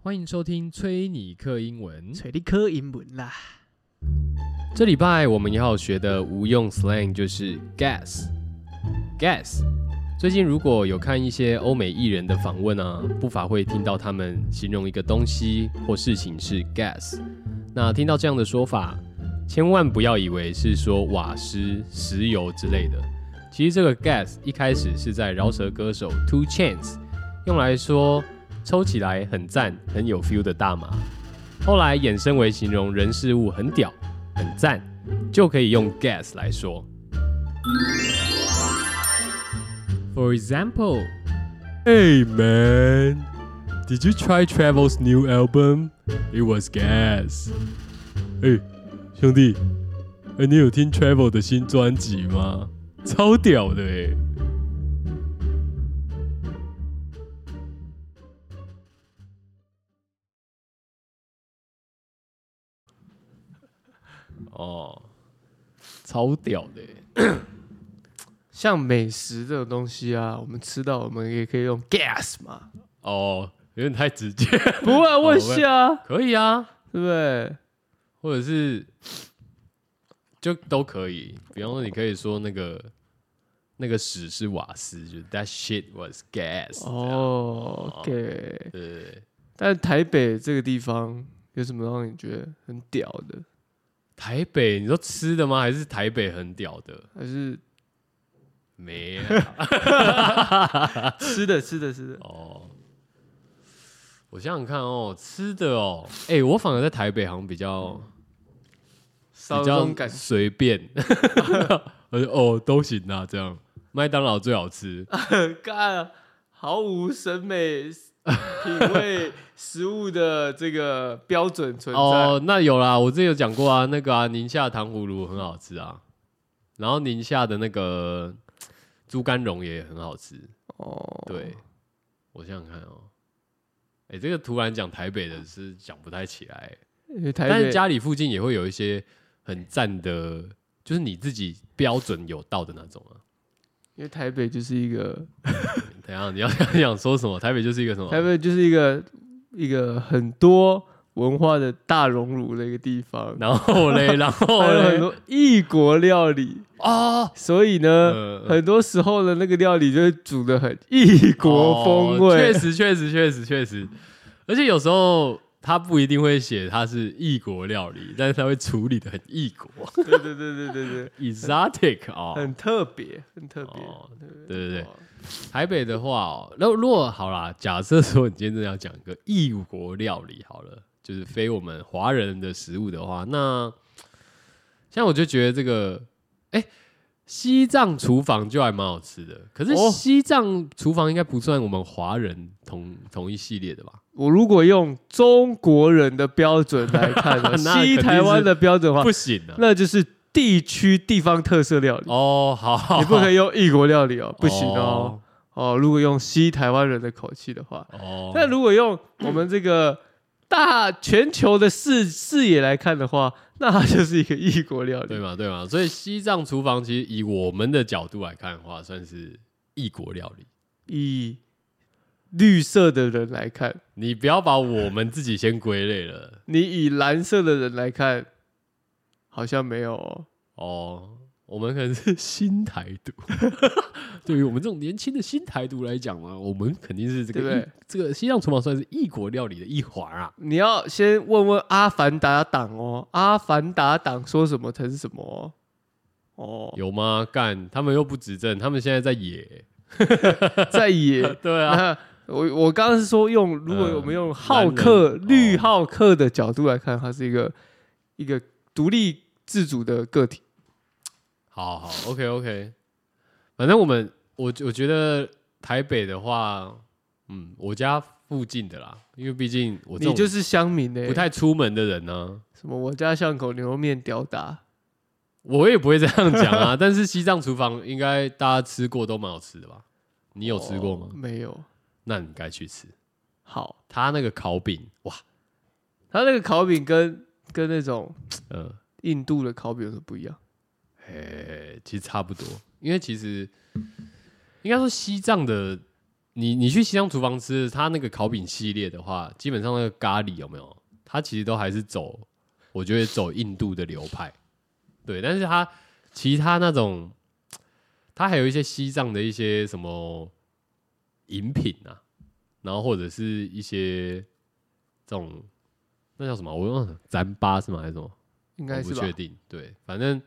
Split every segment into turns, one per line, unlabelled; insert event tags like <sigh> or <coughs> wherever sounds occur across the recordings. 欢迎收听崔尼克英文。
找你考英文啦。
这礼拜我们要学的无用 slang 就是 guess。guess。最近如果有看一些欧美艺人的访问啊，不乏会听到他们形容一个东西或事情是 guess。那听到这样的说法，千万不要以为是说瓦斯、石油之类的。其实这个 guess 一开始是在饶舌歌手 Two Chains 用来说抽起来很赞、很有 feel 的大麻，后来衍生为形容人事物很屌、很赞，就可以用 guess 来说。For example, Hey man, did you try Travel's new album? It was gas. 哎、兄弟，哎、你有听 Travel 的新专辑吗？超屌的哎、哦，超屌的欸、
像美食这种东西啊，我们吃到我们也可以用 gas 嘛，
哦，有点太直接。 <laughs>
不会问一下，
可以啊，
哦对不对？
或者是就都可以。比方说，你可以说那个那个屎是瓦斯，就是 that shit was gas。哦，
哦，OK。
对对对，
但是台北这个地方有什么让你觉得很屌的，
台北，你说吃的吗？还是台北很屌的？
还是
没啊 <laughs>
吃的吃的吃的？
哦。我想想看哦，吃的哦，哎、我反而在台北好像比较
稍微
比
嗯这种
较
感觉
随便， <laughs> 我就哦都行啊，这样麦当劳最好吃，
干啊，毫无审美品味食物的这个标准存在。
哦，那有啦，我之前有讲过啊，那个啊，宁夏糖葫芦很好吃啊，然后宁夏的那个猪肝蓉也很好吃。
哦
对，，我想想看哦，哎、这个突然讲台北的是讲不太起来、
因为台
但
北
是家里附近也会有一些很赞的，就是你自己标准有到的那种啊。
因为台北就是一个
等一下你要 <laughs> 你想说什么？台北就是一个什么？
台北就是一个一个很多文化的大熔炉的一个地方，
然后嘞，然后
还有很
嘞，
多异国料理，
哦，
所以呢，
呃
很多时候的那个料理就会煮的很异国
哦
风味
确、。实，确实，确实，确实。而且有时候他不一定会写它是异国料理，但是他会处理的很异国
<laughs> 对对对对对对，
，exotic 哦。
很特别，很特别。
哦
对
对对对，
哦
台北的话哦，那如果好啦，假设说你今天真的要讲一个异国料理好了，就是非我们华人的食物的话，那像我就觉得这个，哎、西藏厨房就还蛮好吃的。可是
哦
西藏厨房应该不算我们华人同同一系列的吧？，
我哦如果用中国人的标准来看呢
<laughs> 那肯定
西
是
台湾的标准的话
不，行啊，
那就是地区地方特色料理，
哦，好，
你不可以用异国料理哦，不行哦
哦。
哦，如果用西台湾人的口气的话，
哦，
那如果用我们这
<coughs>
个大全球的视视野来看的话，那它就是一个异国料
对
理。
嘛对嘛，所以西藏厨房其实以我们的角度来看的话，算是异国料理。
以绿色的人来看，
你不要把我们自己先归类了
你以蓝色的人来看，好像没有哦。
哦，我们可能是新台
<laughs>
独。对于我们这种年轻的新台独来讲啊嘛，我们肯定是这个
对不
异
对
这个西藏厨房算是异国料理的一环啊。
你要先问问《阿凡达》党哦，《阿凡达》党说什么才是什么哦。哦，
有吗？干，他们又不执政，他们现在在野。
在野
对啊，
那我我刚刚是说用，如果
嗯
我们用好客、
男人
绿
哦
好客的角度来看，它是一个一个独立自主的个体。
好好，OK OK，反正我们我我觉得台北的话，嗯，我家附近的啦，因为毕竟我这
你就
种
是乡民呢、
不太出门的人啊呢、
什么我家巷口牛肉面屌打，
我也不会这样讲啊。 <laughs> 但是西藏厨房应该大家吃过都蛮好吃的吧？你
你
有吃过吗？
哦没有。
那你该去吃。
好，
他那个烤饼，哇，
它那个烤饼跟跟那种
嗯、呃，
印度的烤饼有什么不一样？
哎、其实差不多，因为其实应该说西藏的你你去西乡厨房吃它那个烤饼系列的话，基本上那个咖喱有没有？它其实都还是走，我觉得走印度的流派，对。但是它其他那种，它还有一些西藏的一些什么饮品啊，然后或者是一些这种那叫什么？啊我忘了，咱巴是吗？还是什么？
应该
我
是
不
吧
确？定，对，反正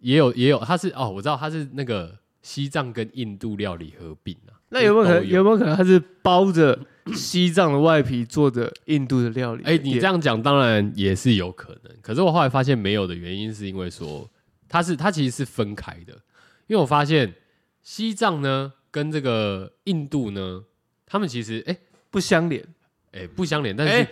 也有也有，它是哦，我知道它是那个西藏跟印度料理合并啊。
那有没有可
都
能？有没有可能它是包着西藏的外皮做的印度的料理的
哎、
店？
你这样讲当然也是有可能，可是我后来发现没有的原因是因为说它是它其实是分开的，因为我发现西藏呢跟这个印度呢，他们其实哎
不相连，
哎、不相连，但
哎
是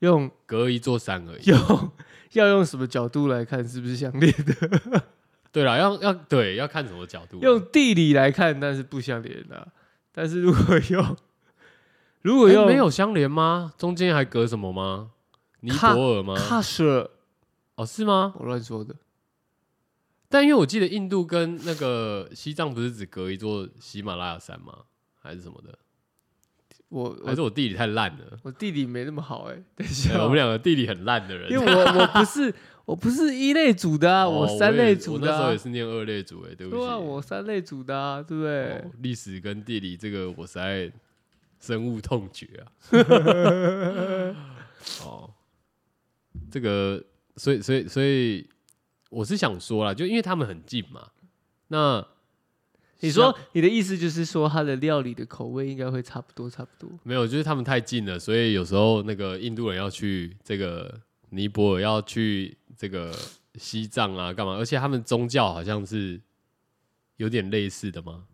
用
隔一座山而已。
用要用什么角度来看是不是相连的？
对了，要要对要看什么角度啊，
用地理来看，但是不相连的、啊但是如果用 <laughs> 如果
哎
用
没有相连吗？中间还隔什么吗？尼
看
泊尔吗？
喀什尔，
哦，是吗？
我乱说的。
但因为我记得印度跟那个西藏不是只隔一座喜马拉雅山吗？还是什么的？
我
还
我
是我地理太烂了？
我地理没那么好哎、
对
等一
<laughs>
下，
我们两个地理很烂的人。
因为我我不是 <laughs> 我不是一类组的啊，
哦
我三类组
我也我
的、
那时候
啊
也，是念二类组诶、对不起。
对啊，我三类组的啊，对不对？
哦历、史跟地理这个我实在深恶痛绝
<laughs>
啊。哦，这个，所以所以所以我是想说啦，就因为他们很近嘛，那
你说你的意思就是说，它的料理的口味应该会差不多，差不多。
没有，就是他们太近了，所以有时候那个印度人要去这个尼泊尔，要去这个西藏啊，干嘛？而且他们宗教好像是有点类似的吗？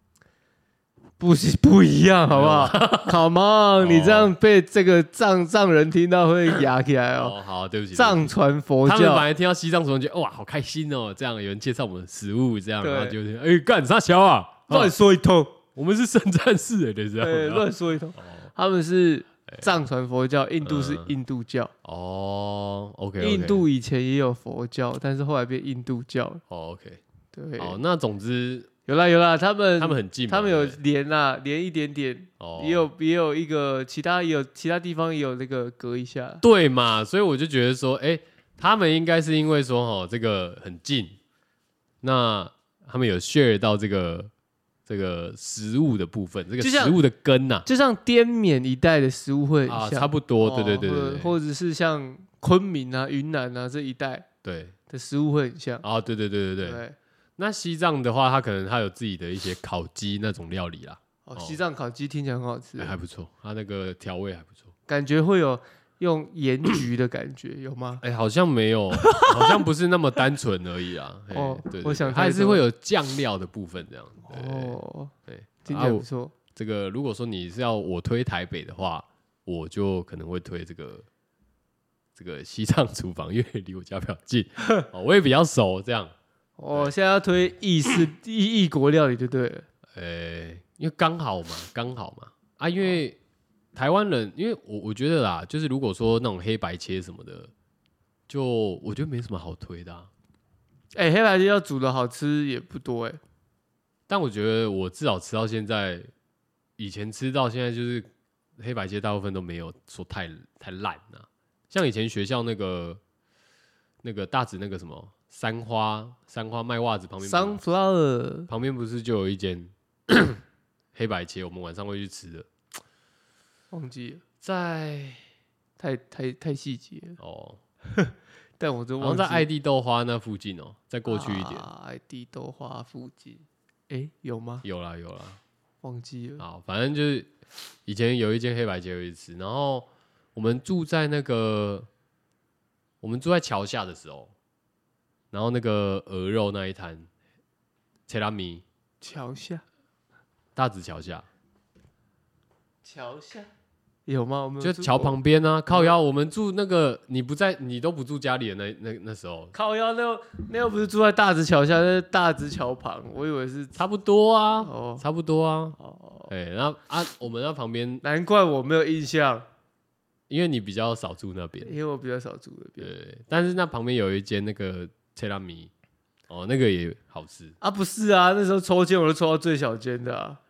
不是不一样，好不好 <laughs> ？Come
哦
on，你这样被这个藏藏人听到会哑起来哦。
哦，好，对不起，对不
藏
起
传佛
他们本
教，
来听到西藏什么，觉得哇，好开心哦，这样有人介绍我们的食物，这样，
对
然后就觉得哎，干啥小啊？啊
乱说一通，
我们是圣战士哎，就是这
哦对，
样。
乱说一通。他们是藏传佛教，印度是
哦哎嗯
印度教，
哦，OK，
印度以前也有佛教，但是后来变印度教了。
哦，OK，
对，
好，那总之
有啦有啦，他们
哦他们很近嘛，
他们有
对不对
连啦，连一点点，
哦
也有也有一个其他也有其他地方也有那个隔一下。
对嘛，所以我就觉得说，哎、他们应该是因为说，哦，这个很近，那他们有 share 到这个这个食物的部分，这个
就像
食物的根呐、
就像滇缅一带的食物会
啊，
很像，
差不多，
哦
对对对
或
对
者
对，
或者是像昆明啊、云南啊这一带
对，
的食物会很像，
啊，对对对对对。
对，
那西藏的话，它可能它有自己的一些烤鸡那种料理啦，
哦
哦，
西藏烤鸡听起来很
<laughs>
好吃
哎，还不错，它那个调味还不错。
感觉会有用盐焗的感觉，有吗？
哎、好像没有， <laughs> 好像不是那么单纯而已啊。嘿
哦
对对
我
对
想
它还
太
是
多
会有酱料的部分这样。对对对
哦，
对，
听
啊
起来
我
不错。
这个如果说你是要我推台北的话，我就可能会推这个这个西藏厨房，因为离我家比较近，哦，我也比较熟，这样。
哦，现在要推意式异异国料理就对了。
呃、因为刚好嘛，刚好嘛，啊，因为台湾人，因为我我觉得啦，就是如果说那种黑白切什么的，就我觉得没什么好推的、啊。
哎，黑白鸡要煮的好吃也不多哎，
但我觉得我至少吃到现在，以前吃到现在就是黑白切大部分都没有说太太烂了、像以前学校那个那个大直那个什么三花三花卖袜子旁边不是
sunflower
旁边不是就有一间 <coughs> 黑白切，我们晚上会去吃的，
忘记了，
在
太太太细节了，
哦，
但我真
好像
忘
在
记
爱地豆花那附近哦，再过去一点、
啊爱地豆花附近，哎，有吗？
有啦有啦，
忘记了。
好，反正就是以前有一间黑白街有一次，然后我们住在那个我们住在桥下的时候，然后那个鹅肉那一摊，切拉米
桥下，
大直桥下，
桥下有吗？我们嗯
就桥旁边啊，靠腰。我们住那个你不在，你都不住家里的那那那时候，
靠腰，那又那又不是住在大直桥下，那是大直桥旁，我以为是
差不多啊，
哦
差不多啊。
哦，
哎、然后啊，我们那旁边，
难怪我没有印象，
因为你比较少住那边，
因为我比较少住那边
对，但是那旁边有一间那个切拉米，哦，那个也好吃。
啊，不是啊，那时候抽签我都抽到最小间的啊，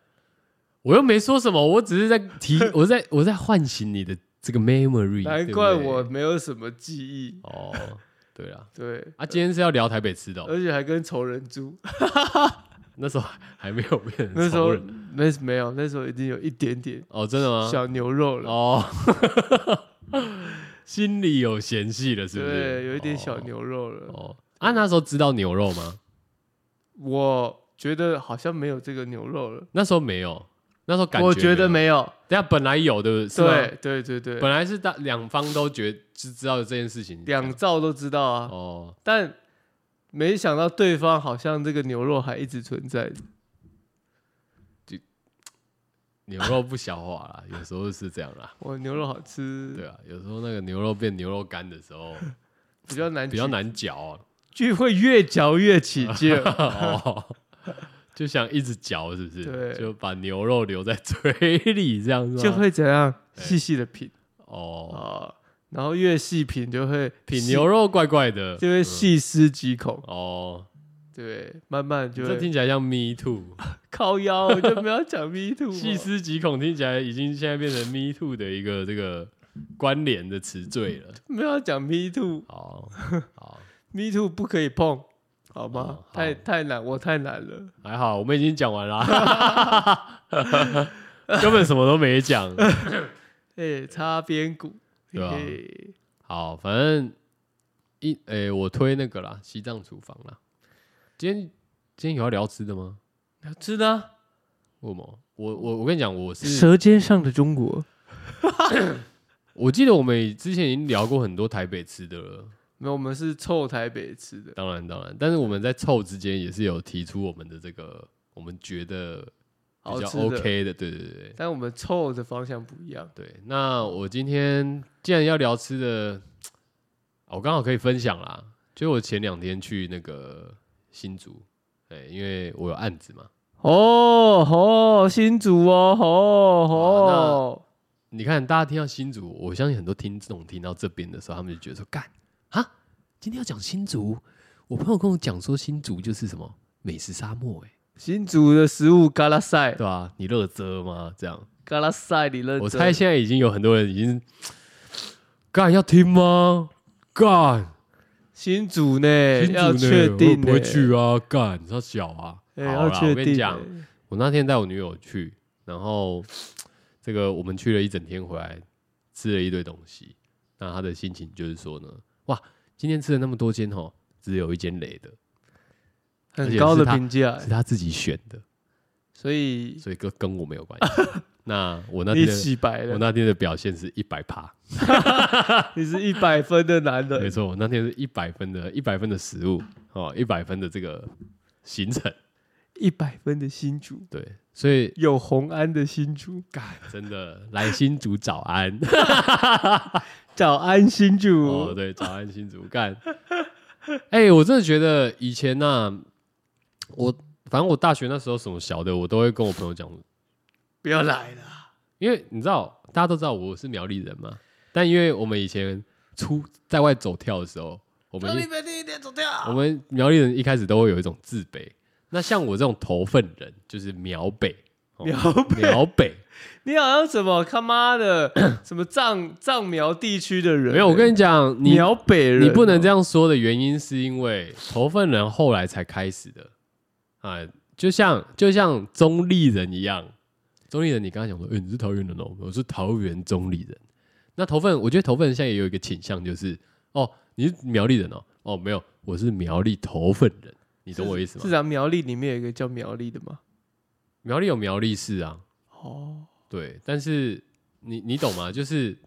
我又没说什么，我只是在
<laughs>
提，我在我在唤醒你的这个 memory 对
难
不对。
怪我没有什么记忆。
哦，对了，
对，
啊，今天是要聊台北吃的、哦，
而且还跟仇人住，
那时候还没有变
那
成
时候
仇人
那没有，那时候已经有一点点
哦，真的吗？
小牛肉了。
哦， <laughs> 心里有嫌隙了，是不是？
对，有一点小
哦
牛肉了。
哦，啊，那时候知道牛肉吗？
我觉得好像没有这个牛肉了，
那时候没有，那时候感
我觉得
没有。
没有。
等一下本来有的，是吗
对对对对，
本来是大两方都觉知知道这件事情，
两兆都知道啊，
哦，
但没想到对方好像这个牛肉还一直存在着。
牛肉不消化啦，有时候是这样啦。
我牛肉好吃，
对啊，有时候那个牛肉变牛肉干的时
<laughs>
候
比较难，
比较。难嚼啊、
聚会越嚼越
<laughs>
起劲， <laughs>
哦，就想一直嚼，是不是？
对
就把牛肉留在嘴里这样子，
就会怎样
哎
细细的品
哦，
啊，然后越细品就会
品
细
牛肉怪怪的，
就会
嗯
细思极恐，
哦，
对，慢慢就
这
会
听起来像 me
<laughs>
too，
靠腰，我就没有讲 me
<laughs>
too，
细思极恐，听起来已经现在变成 me too 的一个这个关联的词缀了。
没有讲 me too，me
好，
<laughs>
好，
too 不可以碰，好
哦
吗？
好
太太难，我太难了。
还好，我们已经讲完了， <laughs> 根本什么都没讲。
哎、擦边鼓，
对啊
嘿嘿
好，反正一诶、我推那个啦，西藏厨房啦。今天今天有要聊吃的吗？
要吃的啊、
为什么？我我我跟你讲，我是
舌尖上的中国》
我记得我们之前已经聊过很多台北吃的了，
没有，我们是臭台北吃的，
当然当然，但是我们在凑之间也是有提出我们的这个我们觉得比
好
较
吃的
OK 的，对对对对。
但我们臭的方向不一样。
对，那我今天既然要聊吃的，啊我刚好可以分享啦。就我前两天去那个新竹，哎、因为我有案子嘛。
哦吼，新竹哦吼吼，
你看，大家听到新竹，我相信很多听众听到这边的时候，他们就觉得说：“干啊，今天要讲新竹。”我朋友跟我讲说，新竹就是什么美食沙漠、哎，
新竹的食物嘎啦赛
对，吧、你乐遮吗？这样，
嘎啦赛，你认真？
我猜现在已经有很多人已经干要听吗？干，
新竹呢，
新
哎要
竹呢
确
我
定呢
不会去啊，干，他小啊。
哎
好
要
啦，
确
我跟你
定
讲，
呢。
我那天带我女友去，然后这个我们去了一整天，回来吃了一堆东西。那她的心情就是说呢，哇，今天吃了那么多间哦，只有一间雷的，而且
很
是
高的
他
评价，
是她自己选的，
所以
所以跟跟我没有关系。那我那
你
天的
洗白
我
了，
那天的表现是一百趴，
你是一百分的男
没
人，
错，我那天是一百分的，一百分的食物哦，一百分的这个行程，
一百分的新竹，
对，所以
有红安的新竹，
真的来新竹早安。
早安新竹。 <laughs>
哦，对，早安新竹干。 <laughs> 哎、我真的觉得以前呢、我反正我大学那时候什么小的，我都会跟我朋友讲，
不要来了。
因为你知道，大家都知道我是苗栗人嘛，但因为我们以前出在外走跳的时候，我们一
边第一天走
我
掉。
们苗栗人一开始都会有一种自卑。那像我这种头份人，就是苗北，哦
苗北，
苗北，
你好像什么他妈的什么藏藏苗地区的人？
没有，我跟你讲，你
苗北人，哦
你不能这
样。
样说的原因是因为头份人后来才开始的啊、就像就像中立人一样，中立人你刚才讲说，哎、你是桃园人哦，我是桃园中立人。那头份，我觉得头份人现在也有一个倾向，就是哦，你是苗栗人哦，哦没有，我是苗栗头份人，你懂我意思
是
吗？
咱苗栗里面有一个叫苗栗的吗？
苗栗有苗栗市啊，
哦，
对，但是你你懂吗？就是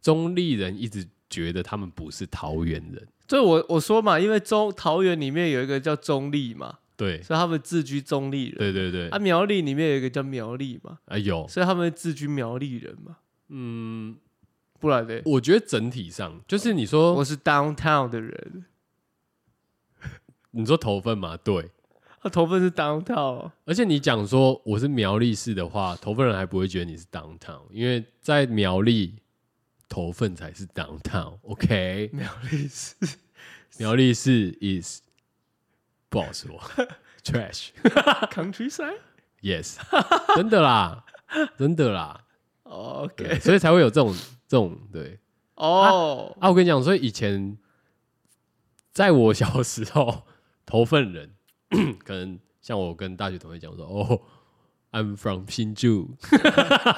中立人一直觉得他们不是桃园人，
所以我我说嘛，因为中桃园里面有一个叫中立嘛，
对
所以他们自居中立人。
对对对，
啊，苗栗里面有一个叫苗栗嘛，
啊有，
所以他们自居苗栗人嘛，
嗯。
不然嘞，
我觉得整体上，就是你说，
我是 downtown 的人，
你说头份嘛，对。
他头份是 downtown，哦
而且你讲说我是苗栗市的话，头份人还不会觉得你是 downtown，因为在苗栗，头份才是
<laughs>
downtown，OK？、
苗栗是
苗栗市 is，不好说，trash，
countryside。
Yes，真的啦，真的啦，对，
OK，
所以才会有这种这种对
哦，
啊。我跟你讲，所以以前在我小时候，头份人可能像我跟大学同学讲说，哦，I'm from 新竹，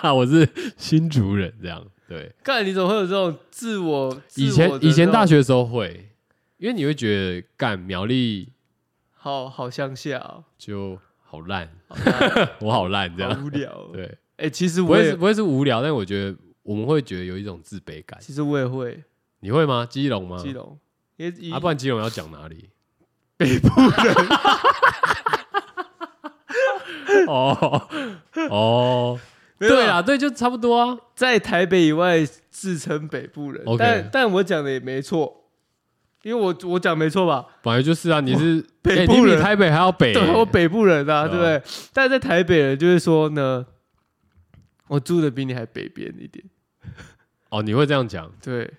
<laughs> 我是新竹人，这样对。
干、你怎么会有这种自我？
以
自我
前
的
以前
那种
大学的时候会，因为你会觉得干苗栗
好好乡下、哦，
就好烂， <laughs>
好像
我好烂这
好
样，
无聊、哦。
对。
哎、其实
不
我
会是
也，
不会是无聊，但我觉得我们会觉得有一种自卑感。
其实我也会
你会吗？基隆吗？
基隆，因为以
嗯啊，不然基隆要讲哪
<laughs>
里？北部人。哦哦，
没有啊
对啦，对，就差不多啊。
在台北以外自称北部人
OK
但但我讲的也没错，因为我我讲没错吧？
本来就是啊，你是
<laughs> 北
哎
部
你比
人
台北还要北欸、
对，我北部人啊，
对啊
对不对？但在台北人就会说呢，我住的比你还北边一点，？
哦，你会这样讲
对，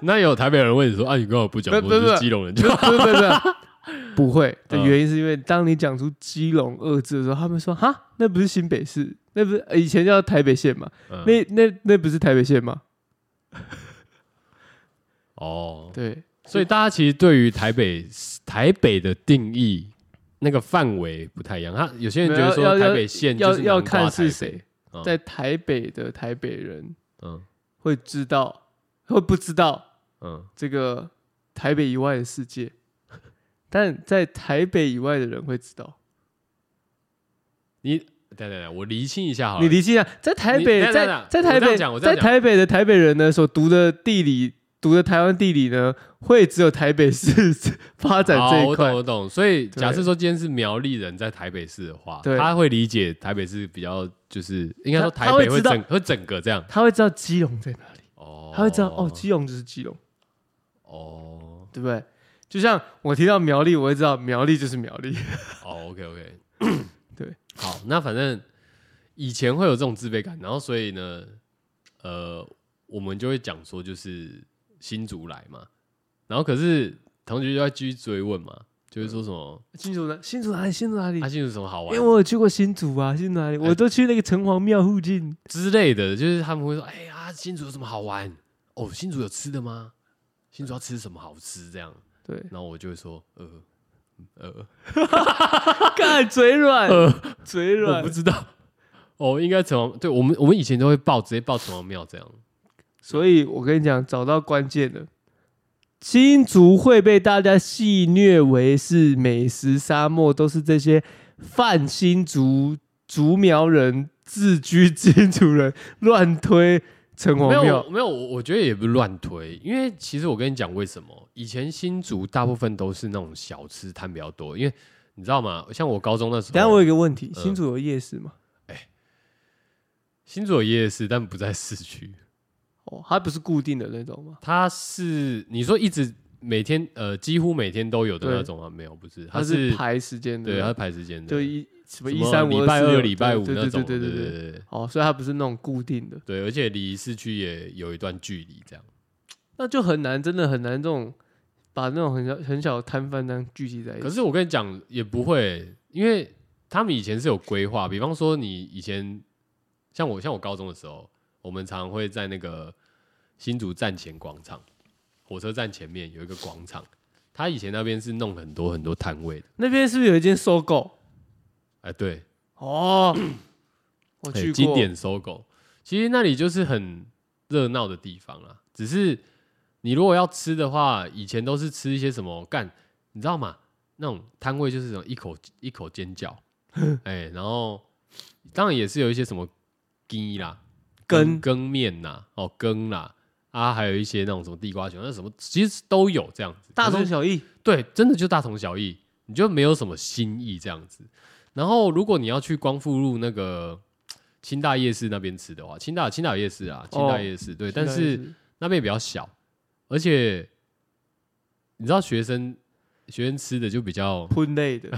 那有台北人问你说啊，你跟我不讲，
<laughs> 不
我
不不
是基隆人，就
不是不是不是，不会的
嗯
原因是因为当你讲出基隆二字的时候，他们说哈，那不是新北市，那不是呃以前叫台北县嘛？
嗯
那那那不是台北县吗？
哦，
对，
所以大家其实对于台北台北的定义那个范围不太一样。他有些人觉得
没有要
说
要
台北县就
要
是
要
南瓜
看是
台北
谁，
嗯
在台北的台北人
嗯
会知道， <laughs> 会不知道
嗯，
这个台北以外的
<laughs>
世界，但在台北以外的人会知道。
你等等等，我厘清一下好了。
你理解一下，在台
你
北，
等一下
在在
等一下我
台
这样
北
讲我，这样
在
讲
台北的台北人呢，所读的地理，读的台湾地理呢，会只有台北市发展
好，
这一
哦我懂
块。
我懂。所以
对
假设说今天是苗栗人在台北市的话，
对
他会理解台北市比较就是应该说
他
台北
他会
会
知道
整会整个这样。
他会知道基隆在哪里，
哦，
他会知道哦，基隆就是基隆，
哦
对不对？就像我提到苗栗，我会知道苗栗就是苗栗。 <laughs>
哦，OK OK，
对，
<coughs> 好，那反正以前会有这种自卑感，然后所以呢，呃，我们就会讲说就是新竹来嘛，然后可是同学就在继续追问嘛，就是说什么
新竹呢？新竹哪里？新竹哪里
啊？新竹有什么好
因
玩哎
为我有去过新竹啊，新竹哪里？我都去那个城隍庙
<laughs>
附近。
之类的，就是他们会说，哎呀，新竹有什么好玩？哦，新竹有吃的吗？新竹要吃什么好吃？这样，
对，
然后我就会说，呃呃，
干嘴软，嘴
我
软
不。知道，哦，应该城隍，对我们我们以前都会报，直接报城隍庙这样。
所以我跟你讲，找到关键的，新竹会被大家戏谑为是美食沙漠，都是这些泛新竹竹苗人自居新竹人乱推城
没
隍
有
庙。
没有，我我觉得也不是乱推，因为其实我跟你讲为什么，以前新竹大部分都是那种小吃摊比较多，因为你知道吗？像我高中那时
等一下我
候，
有一个问题，
嗯
新竹有夜市吗？
新竹有夜市，但不在市区，
哦，它不是固定的那种吗？
它是你说一直每天呃几乎每天都有的那种吗？没有，不是，它
是
是
排时间的，
对它是排时间的，
嗯就一什么
什
一三五
礼拜
四
二、
六
礼拜五
对
那
对
种，
对对对对。
对对，
哦，所以它不是那种固定的，
对，而且离市区也有一段距离，这样。
哎那就很难，真的很难这种把那种很小很小的摊贩这样聚集在一起
可。是我跟你讲，也不会，因为他们以前是有规划，比方说你以前像我，像我高中的时候，我们常会在那个新竹站前广场，火车站前面有一个广场，他以前那边是弄很多很多摊位的，
那边是不是有一间搜狗？
哎，对，
哦，我去
哎
过。
经典搜狗，其实那里就是很热闹的地方啦。只是你如果要吃的话，以前都是吃一些什么干，你知道吗？那种摊位就是那种一口一口尖
<laughs>
叫，哎、然后当然也是有一些什么羹啦、
羹
羹面呐、哦羹啦啊，还有一些那种什么地瓜球，那什么其实都有这样子，
大
可是
同小异，
对，真的就大同小异，你就没有什么新意这样子。然后如果你要去光复路那个清大夜市那边吃的话，清大清大夜市啊，清大
哦
夜市、对，
现
但
在
是那边比较小，而且你知道学生学生吃的就比较，
喷类的，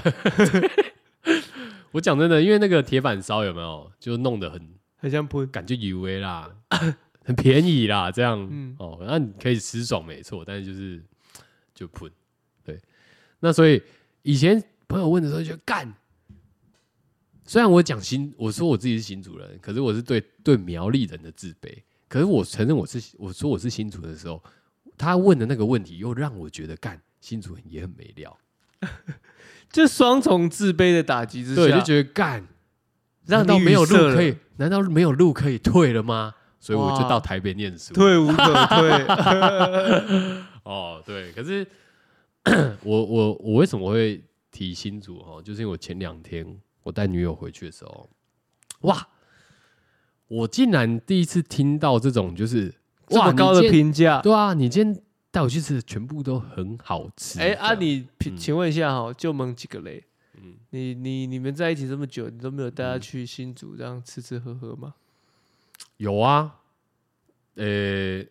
我讲真的，因为那个铁板烧有没有就弄得很
很像喷。
感觉以为啦， <laughs> 很便宜啦，这样、
嗯
哦，那你可以吃爽没错，但是就是就喷，对。那所以以前朋友问的时候就干，虽然我讲新，我说我自己是新主人，可是我是对对苗栗人的自卑。可是我承认我是我说我是新主人的时候，他问的那个问题又让我觉得干新主人也很没料，
这双重自卑的打击之
对，
下，
就觉得干，
让
难
你
道没有路
语塞了
可以？难道没有路可以退了吗？所以我就
哇
到台北念书。
退无
<laughs>
可退。
哦，对，可是 <coughs> 我我我为什么会提新竹哦？就是因为我前两天我带女友回去的时候，哇，我竟然第一次听到这种就是
这
哇
么高
你今
的
天
评价，
对啊，你今天带我去吃的全部都很好吃。
哎
这
啊，
样
你
嗯
评请问一下哈，就蒙几个雷？
嗯
你你你们在一起这么久，你都没有带他
嗯
去新竹这样吃吃喝喝吗？
有啊？呃、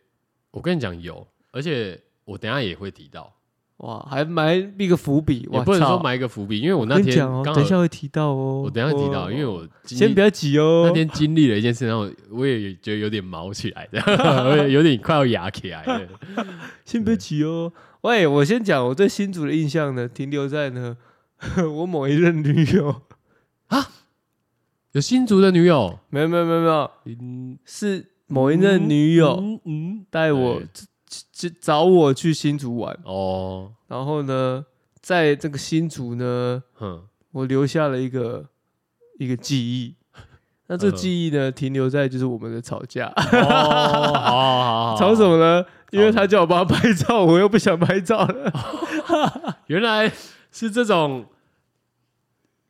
我跟你讲有，而且我等一下也会提到，
哇，还埋一个伏笔，
也
我
不能说
操！
埋一个伏笔，因为我
我
那
跟你
天
讲哦，
刚好
等一下会提到哦，
我等一下会提到，
哦
因为我今
先不要急哦。
那天经历了一件事，让我我也觉得有点毛起来的， <laughs> 我也有点快要牙起来了。
先别急哦。喂，我先讲我对新竹的印象呢，停留在呢 <laughs> 我某一任女友，
有新竹的女友，
没有没有没有没有，
嗯，
是某一任女友
嗯嗯，
带我
哎
去找我去新竹玩，
哦，
然后呢，在这个新竹呢，
哼，
我留下了一个一个记忆。那
嗯
这个记忆呢，停留在就是我们的吵架，
哦，好好哦好，好
吵什？么呢？因为他叫我帮他拍照，我又不想拍照了。
原来是这种，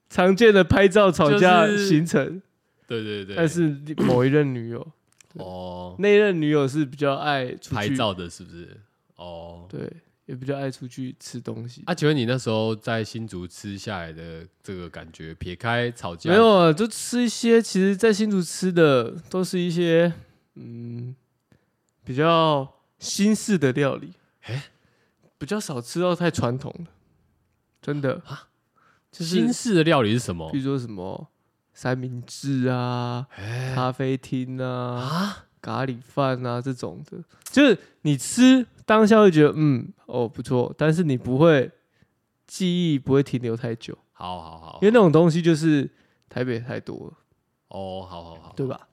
常见的拍照吵架
就是
行程，
对对对，
但哎是某一任女友，
哦，
那一任女友是比较爱出去
拍，照的是不是？哦，
对，也比较爱出去吃东西。
啊，请问你那时候在新竹吃下来的这个感觉，撇开吵架，
没有啊，就吃一些，其实在新竹吃的都是一些嗯比较新式的料理，
诶
比较少吃到太传统的，真的
啊，
就是
新式哦的料理是什么
比？如说什么三明治啊、
哎
咖啡厅啊
啊，
咖喱饭啊这种的，就是你吃当下会觉得嗯哦不错，但是你不会记忆不会停留太久，
好好好
因，为那种东西就是台北太多了，
哦，好好好，
对吧？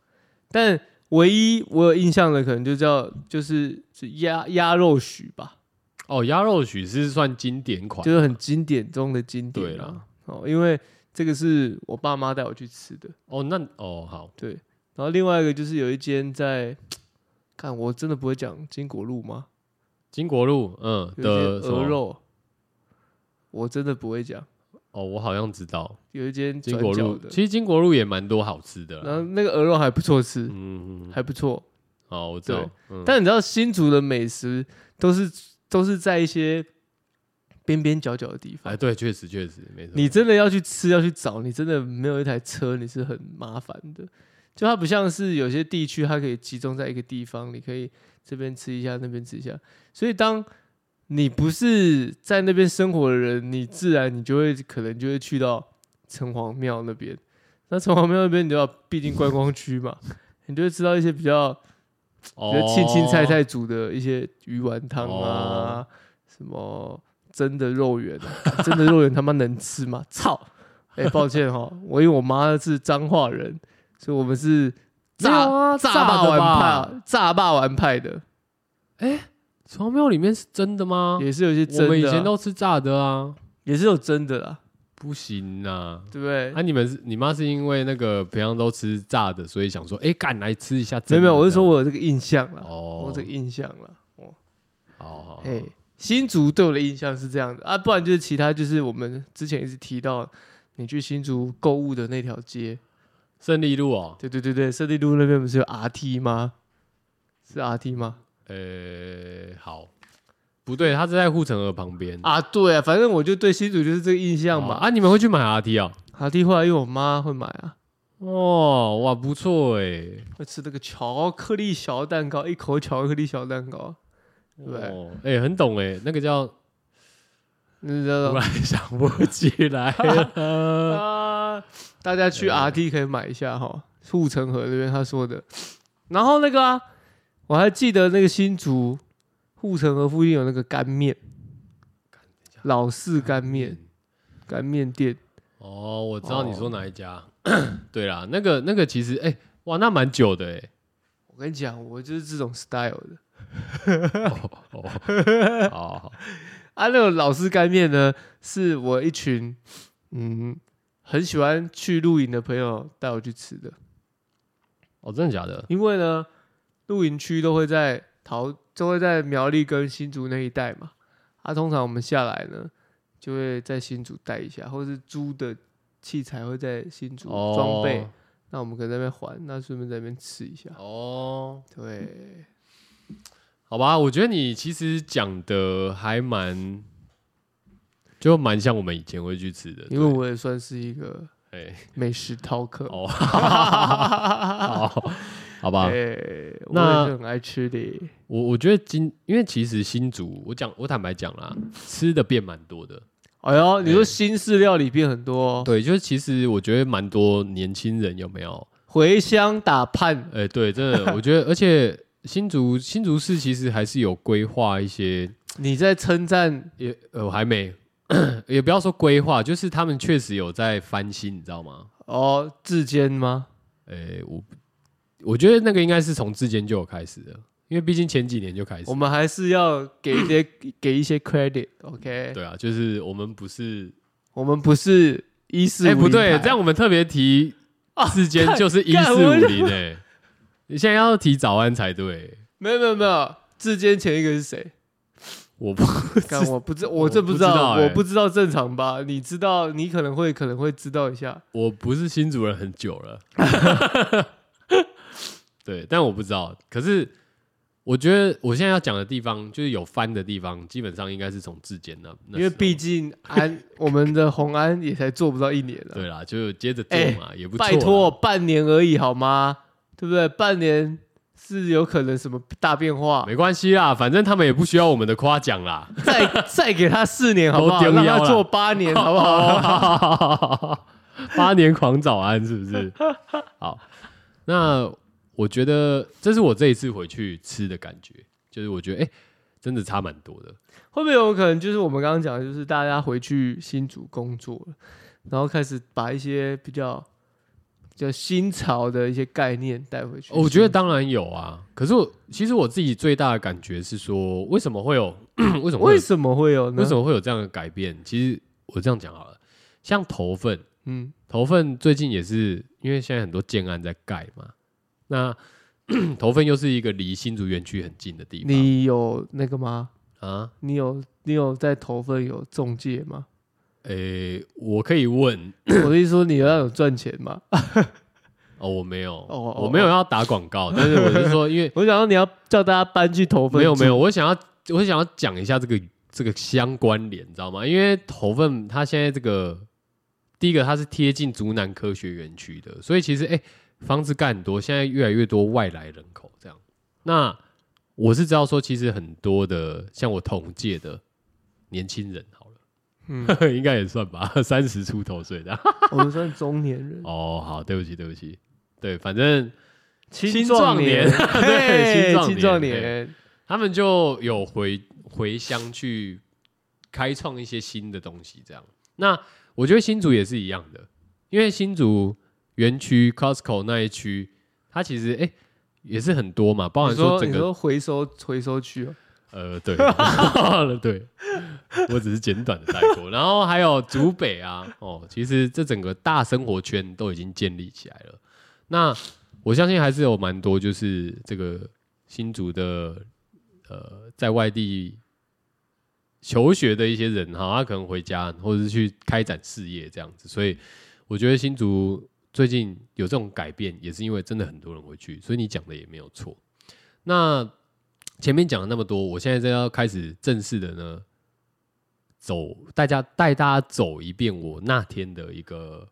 但唯一我有印象的可能就叫就是是鸭鸭肉许吧，
哦，鸭肉许是算经典款，
就是很经典中的经
对
典
啦
啊。哦，因为这个是我爸妈带我去吃的，
哦，那哦好，
对。然后另外一个就是有一间在，看我真的不会讲金果路吗？
金国路，嗯
有
的
一
什
间鹅
么？
肉，我真的不会讲。
哦，我好像知道
有一间
金
转
国
角
路，
的，
其实金国路也蛮多好吃的
然后
啦。
那个鹅肉还不错吃，
嗯，
还不错。
哦，我知道
对，
嗯
但你知道新竹的美食都是都是在一些边边角角的地
哎
方，
对，确实确实没错。
你真的要去吃要去找，你真的没有一台车，你是很麻烦的。就它不像是有些地区，它可以集中在一个地方，你可以这边吃一下，那边吃一下。所以当你不是在那边生活的人，你自然你就会可能就会去到城隍庙那边。那城隍庙那边你就要，毕竟观光区嘛，你就会吃到一些比较
哦
比如青青菜菜煮的一些鱼丸汤啊
哦，
什么蒸的肉圆啊、蒸的肉圆他妈能吃吗？ <laughs> 操！哎、抱歉哈，我因为我妈是彰化人，所以我们是
没有啊
炸
炸
霸
的
丸
吧
派，炸霸丸派的，
城隍庙里面是真的吗？
也是有一些
我
蒸的啊、
们以前都吃炸的啊，
也是有蒸的啦，
不行啊。
对不对？
啊，你们是你妈是因为那个平常都吃炸的，所以想说，哎，干来吃一下
没
真
有
的。啊
没有，我是说我有这个印象啦，
哦，
我有这个印象啦。
好好好
哎、新竹对我的印象是这样的啊，不然就是其他就是我们之前一直提到你去新竹购物的那条街，
胜利路哦，
对对对对，胜利路那边不是有 RT 吗？是 RT 吗？
呃，好，不对，它是在护城河旁边。
啊，对啊，反正我就对新竹就是这个印象
哦
嘛。
啊，你们会去买 RT 啊？
RT 后来因为我妈会买啊，
哦，哇，不错哎，
会吃那个巧克力小蛋糕，一口巧克力小蛋糕，对
哦，哎、很懂哎，那个叫
你知道
突
吗？
然想不起来
<laughs>
了。
啊，大家去
对
RT 可以买一下哈，护城河那边他说的。然后那个啊，我还记得那个新竹护城河附近有那个干面，老式干面，干面店，
哦，我知道你说哪一家。
哦
<clears throat> 对啦，那个那个其实，哎、哇，那蛮久的哎、
<laughs> 我跟你讲，我就是这种 style 的。
哦哦，好好，
啊，那个老式干面呢，是我一群嗯很喜欢去露营的朋友带我去吃的，
哦，真的假的？
因为呢，露营区都会在桃，都会在苗栗跟新竹那一带嘛。啊，通常我们下来呢，就会在新竹待一下，或是租的器材会在新竹
哦，
装备，那我们可能在那边还，那顺便在那边吃一下。
哦，
对，
好吧，我觉得你其实讲的还蛮，就蛮像我们以前会去吃的，
因为我也算是一个
对哎、
美食饕客。
哦， <laughs>
<laughs>
好，哦好吧，
哎，
那
我也是很爱吃的。
我我觉得今，因为其实新竹，我讲我坦白讲啦，吃的变蛮多的，
哎呦，你
哎
说新式料理变很多、哦，
对，就是其实我觉得蛮多年轻人有没有？
回乡打盼，
哎、对，真的，我觉得，而且新竹新竹市其实还是有规划一些，
你在称赞
也呃我还没， <coughs> 也不要说规划，就是他们确实有在翻新，你知道吗？
哦志坚吗？
哎、我我觉得那个应该是从之前就有开始的，因为毕竟前几年就开始
我，们还是要给
<coughs>
一些给一些 credit，OK？、
对啊，就是我们不是，
我们不是一四
哎、
五哦
不对，这样我们特别提之间就是一
干
四
我
五
就
零哎，你现在要提早安才对，
没有没有没有，志坚前一个是谁？
我
<laughs>
不
干我不知
我
我这
不
不知
知道
道，
哎
我不知道正常吧？你知道，你可能会可能会知道一下。
我不是新主人很久
<laughs>
了，对，但我不知道。可是我觉得我现在要讲的地方，就是有翻的地方，基本上应该是啊从志坚那，那
因
时
为
候
毕竟安 <laughs> 我们的红安也才做不到一年啊，
对啦，就接着做
哎
嘛，也不错啦啊
拜托，半年而已好吗？对不对？半年是有可能什么大变化？
没关系啦，反正他们也不需要我们的夸奖啦。 <laughs>
再再给他四年好不好？
都丢
让
腰
他
了
做八年好不
<laughs>
好？
八年狂早安是不是？好，那我觉得这是我这一次回去吃的感觉，就是我觉得哎、真的差蛮多的。
会不会有可能就是我们刚刚讲的，就是大家回去新竹工作了，然后开始把一些比较比较新潮的一些概念带回去？
哦我觉得当然有啊，可是我其实我自己最大的感觉是说，为什么会
<coughs>
有为什么会
为
有
什么会有呢？
为什？么会有这样的改变？其实我这样讲好了，像头份，
嗯，
头份最近也是因为现在很多建案在盖嘛，那 <coughs> 头份又是一个离新竹园区很近的地方
你有那个吗？
啊。
你有你有在头份有中介吗？ <coughs>
诶、我可以问
我的意思说你要有赚钱吗？
哦，我没有，
哦哦
我没有要打广告，但是我是说，
<laughs>
因为
我想说你要叫大家搬去头份，
没有没有，，我想要我想要讲一下这个这个相关联，你知道吗？因为头份它现在这个第一个它是贴近竹南科学园区的，所以其实哎、房子盖很多，现在越来越多外来人口这样。那我是知道说，其实很多的像我同届的年轻人好了，
嗯，
<laughs> 应该也算吧，三十出头岁的。
我们算中年人，
哦，好，对不起，对不起，对，反正
青
壮年 <laughs> 对
对，
青
青
壮
壮
年
年，
他们就有回回乡去开创一些新的东西，这样。那我觉得新竹也是一样的，因为新竹园区 Costco 那一区，它其实哎、诶也是很多嘛，包含
你说
整
你
个
说回收回收区哦，
呃对 <laughs> 对，我只是简短的带过，然后还有竹北啊，哦，其实这整个大生活圈都已经建立起来了。那我相信还是有蛮多就是这个新竹的呃在外地求学的一些人哈，他可能回家或者是去开展事业这样子，所以我觉得新竹最近有这种改变，也是因为真的很多人回去，所以你讲的也没有错。那前面讲了那么多，我现在正要开始正式的呢，走大家带大家走一遍我那天的一个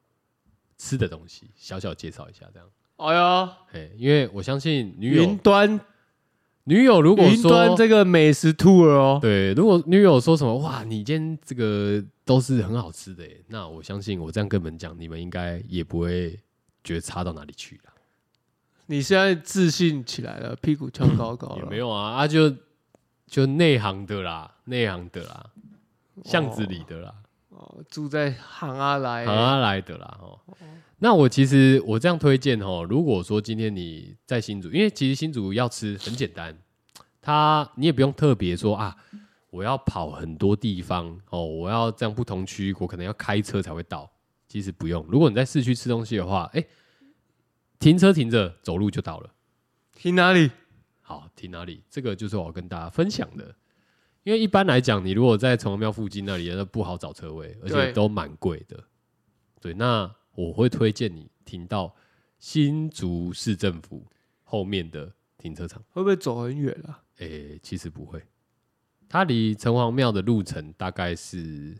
吃的东西，小小介绍一下这样。
哎呀，
哎，因为我相信女
云
友
端
女友如果
云
说
端这个美食 tour 哦，
对，如果女友说什么哇，你今天这个都是很好吃的耶，那我相信我这样跟你们讲，你们应该也不会觉得差到哪里去啦。
你现在自信起来了，屁股翘高高
也
了，
没 <laughs> 有啊，啊就就内行的啦，内行的啦，巷子里的啦，
哦，住在杭阿来，
行啊来的啦哦。那我其实我这样推荐哦，如果说今天你在新竹，因为其实新竹要吃很简单，它你也不用特别说啊，我要跑很多地方哦，我要这样不同区，我可能要开车才会到。其实不用，如果你在市区吃东西的话，哎，停车停着，走路就到了。
去哪里？
好，停哪里？这个就是我要跟大家分享的。因为一般来讲，你如果在崇文庙附近那里，那不好找车位，而且
对
都蛮贵的。对，那我会推荐你停到新竹市政府后面的停车场。
会不会走很远啊？
诶、其实不会，它离城隍庙的路程大概是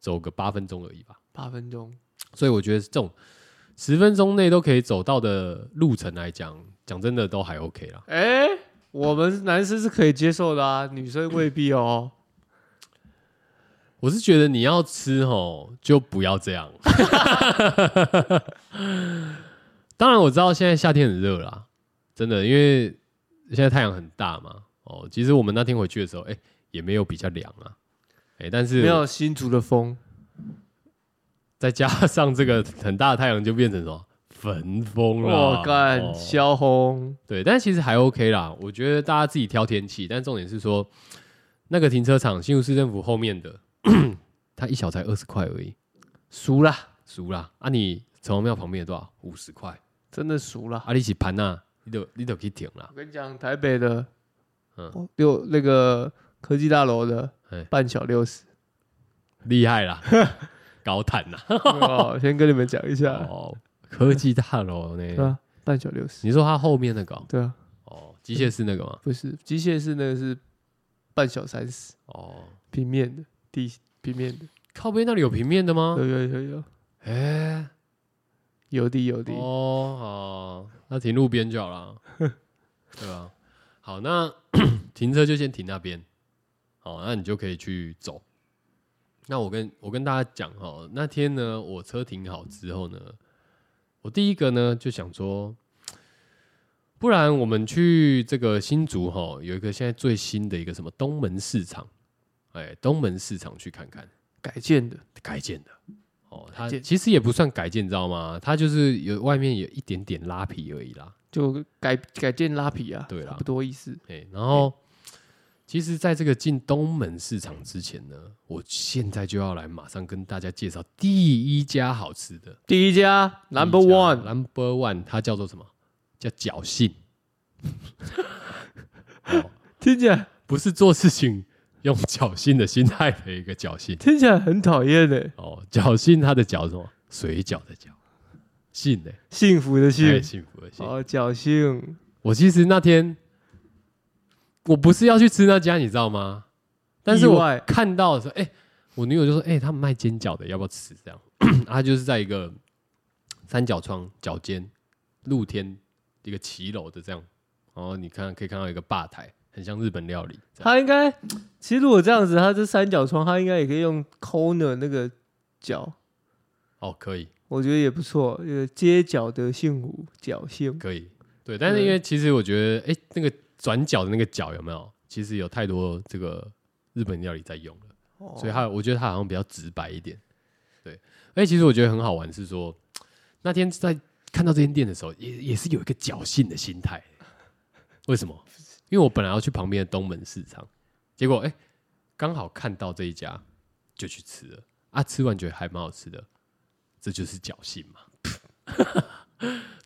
走个八分钟而已吧。
八分钟，
所以我觉得这种十分钟内都可以走到的路程来讲，讲真的都还 OK 啦。
哎、我们男生是可以接受的啊，女生未必哦。
我是觉得你要吃吼，就不要这样。 <laughs> 当然我知道现在夏天很热啦，真的，因为现在太阳很大嘛。哦，其实我们那天回去的时候，哎、也没有比较凉啊，哎、但
没
是
有新竹的风，
再加上这个很大的太阳，就变成什么焚风了。
我干
哦
萧红，
对，但其实还 OK 啦。我觉得大家自己挑天气，但重点是说，那个停车场新竹市政府后面的，它一小才二十块而已，
熟啦，
熟啦。啊，你城隍庙旁边有多少？五十块。
真的熟啦。
啊，你起盘呐，你都你都可以停啦
我。跟你讲，台北的，
嗯
嗯，六那个科技大楼的
哎，
半小六十， <laughs>
厉害啦，高坦呐。 <laughs>
哦，先跟你们讲一下，
哦，科技大楼
对
呢？
啊，半小六十，
你说它后面那个哦
对啊，
哦，机械室那个吗？
不是机械式那个是半小三十，
哦，
平面的地平面的，
靠边那里有平面的吗
有？有有有
哎，
有地有地，
哦，好，那停路边就好啦，对吧、好，那 <coughs> 停车就先停那边，好，那你就可以去走。那我跟我跟大家讲哦，那天呢，我车停好之后呢，我第一个呢就想说，不然我们去这个新竹哈、有一个现在最新的一个什么东门市场，哎，东门市场去看看。
改建的，
改建的。哦，它
改建
其实也不算改建，你知道吗？它就是有外面有一点点拉皮而已啦。
就改改建拉皮啊，
对啦
差不多意思，
哎，然后其实在这个进东门市场之前呢，我现在就要来马上跟大家介绍第一家好吃的
第一家 number one，
Number One，它叫做什么？叫侥幸，
听起来
不是做事情用侥幸的心态的一个侥幸。
听起来很讨厌的，
哦，侥幸它的侥是什么？水饺的侥，幸呢、欸
幸福的
太
幸，
幸福的幸。
好侥幸，
我其实那天我不是要去吃那家，你知道吗？但是
意
我
外
看到的时候，哎、我女友就说：“哎、他们卖煎饺的，要不要吃？”这样， <clears throat> 她就是在一个三角窗角间露天一个骑楼的这样，然后你看可以看到一个吧台，很像日本料理这样。
他应该，其实如果这样子，他这三角窗，他应该也可以用 corner 那个角，
哦，可以，
我觉得也不错，这个街角的幸福侥幸，
可以，对。但是因为其实我觉得，哎、那个转角的那个角有没有？其实有太多这个日本料理在用了。所以
哦
他我觉得他好像比较直白一点。对，而且其实我觉得很好玩是说，那天在看到这间店的时候，也也是有一个侥幸的心态。为什么？因为我本来要去旁边的东门市场，结果哎，诶刚、好看到这一家，就去吃了啊，吃完觉得还蛮好吃的，这就是侥幸嘛。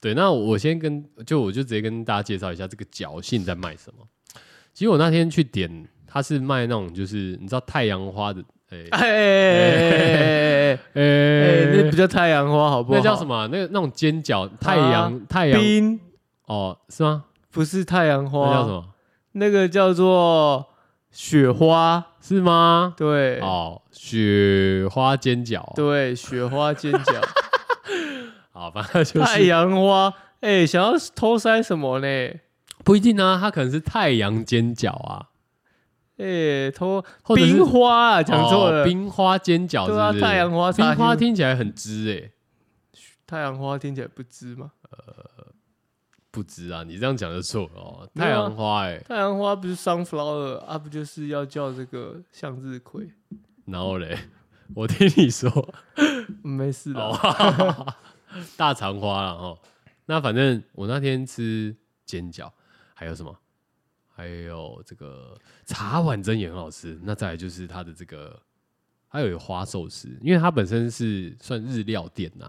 对，那我先跟就我就直接跟大家介绍一下这个侥幸在卖什么。其实我那天去点，它是卖那种就是你知道太阳花的，哎、
哎哎哎哎
哎、
哎，那不叫太阳花，好不好？
那叫什？么啊、那个那种尖角太阳、太阳
冰
哦，是吗？
不是太阳
那叫什
花，
么？
那个叫做雪花，
是吗？
对
哦，雪花尖角，
对，雪花尖角，
好，反正就
太
是
阳花，哎，想要偷塞什么呢？
不一定啊，它可能是太阳尖角啊，
哎，偷
或者是
冰花啊，讲错
哦
了，
冰花尖角是
对啊，
不是？
太阳花插
冰花
进去
听起来很知哎、
太阳花听起来不知嘛？
不知啊，你这样讲就错了哦。
没有
太
啊
阳花哎、
太阳花不是 sunflower 啊，不就是要叫这个向日葵？
然后嘞， <laughs> 我听你说，
没事的。
哦， <laughs> 大肠花了哦。那反正我那天吃煎饺，还有什么？还有这个茶碗蒸也很好吃。那再来就是它的这个，还有花寿司，因为它本身是算日料店呐、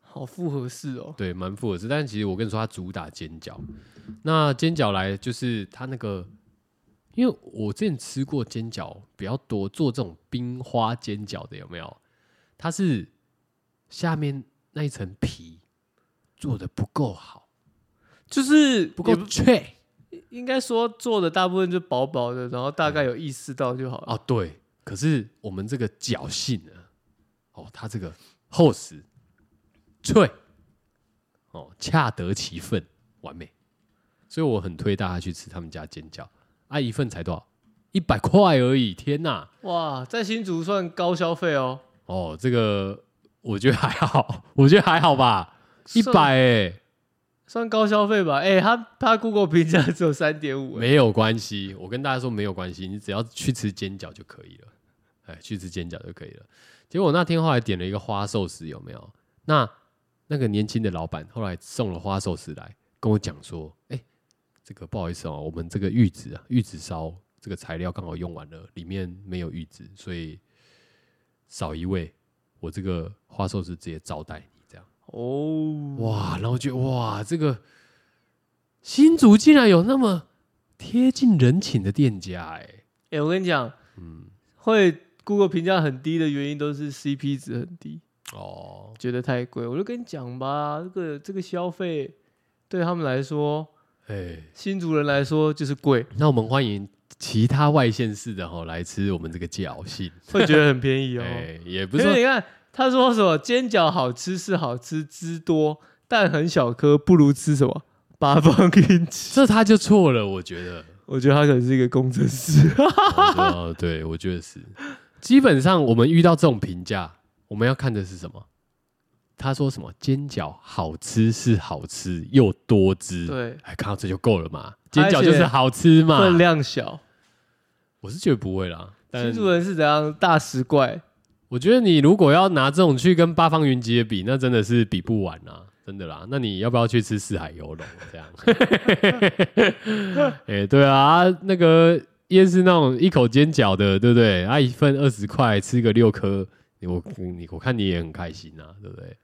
好复合式哦。
对，蛮复合式。但是其实我跟你说，它主打煎饺。那煎饺来就是它那个，因为我之前吃过煎饺比较多，做这种冰花煎饺的有没有？它是下面那一层皮做的不够好，
就是
不
也
够脆
应该说做的大部分就薄薄的，然后大概有意识到就好了。
哦。对，可是我们这个侥幸呢，哦，它这个厚实、脆，哦，恰得其分，完美。所以我很推大家去吃他们家煎饺，啊，一份才多少？一百块而已，天哪！
哇，在新竹算高消费哦，
哦，这个我觉得还好，我觉得还好吧，一百哎，
算高消费吧？哎、他他 Google 评价只有三点五，哎
没有关系，我跟大家说没有关系，你只要去吃煎饺就可以了，哎，去吃煎饺就可以了。结果那天后来点了一个花寿司，有没有？那那个年轻的老板后来送了花寿司来，跟我讲说，哎、这个不好意思哦，我们这个玉子啊，玉子烧这个材料刚好用完了，里面没有玉子，所以少一位，我这个花寿司直接招待你这样。
哦，
哇，然后觉得哇，这个新竹竟然有那么贴近人情的店家哎、
哎、我跟你讲，会 Google 评价很低的原因都是 CP 值很低，
哦，
觉得太贵。我就跟你讲吧，这个这个消费对他们来说，
哎，
新竹人来说就是贵，
那我们欢迎其他外县市的哈、来吃我们这个侥幸，
会觉得很便宜哦。
<laughs> 哎，也不
不
是
是
说
你看他说什么煎饺好吃是好吃之多，但很小颗，不如吃什么八方云集。
这他就错了，我觉 <laughs> 得，
我觉得他可能是一个工程师，
我觉得对，我觉得是。基本上我们遇到这种评价，我们要看的是什么？他说什么煎饺好吃是好吃又多汁，
对，
哎，看到这就够了嘛，煎
而
饺
且
就是好吃嘛，
<laughs> 分量小。
我是觉得不会啦，但
新竹人是怎样大食怪？
我觉得你如果要拿这种去跟八方云集的比，那真的是比不完啦，真的啦。那你要不要去吃四海游龙这
<laughs>
样？哎、对啊，那个夜市那种一口煎饺的，对不对？啊，一份二十块，吃个六颗，你我你我看你也很开心啊，对不对？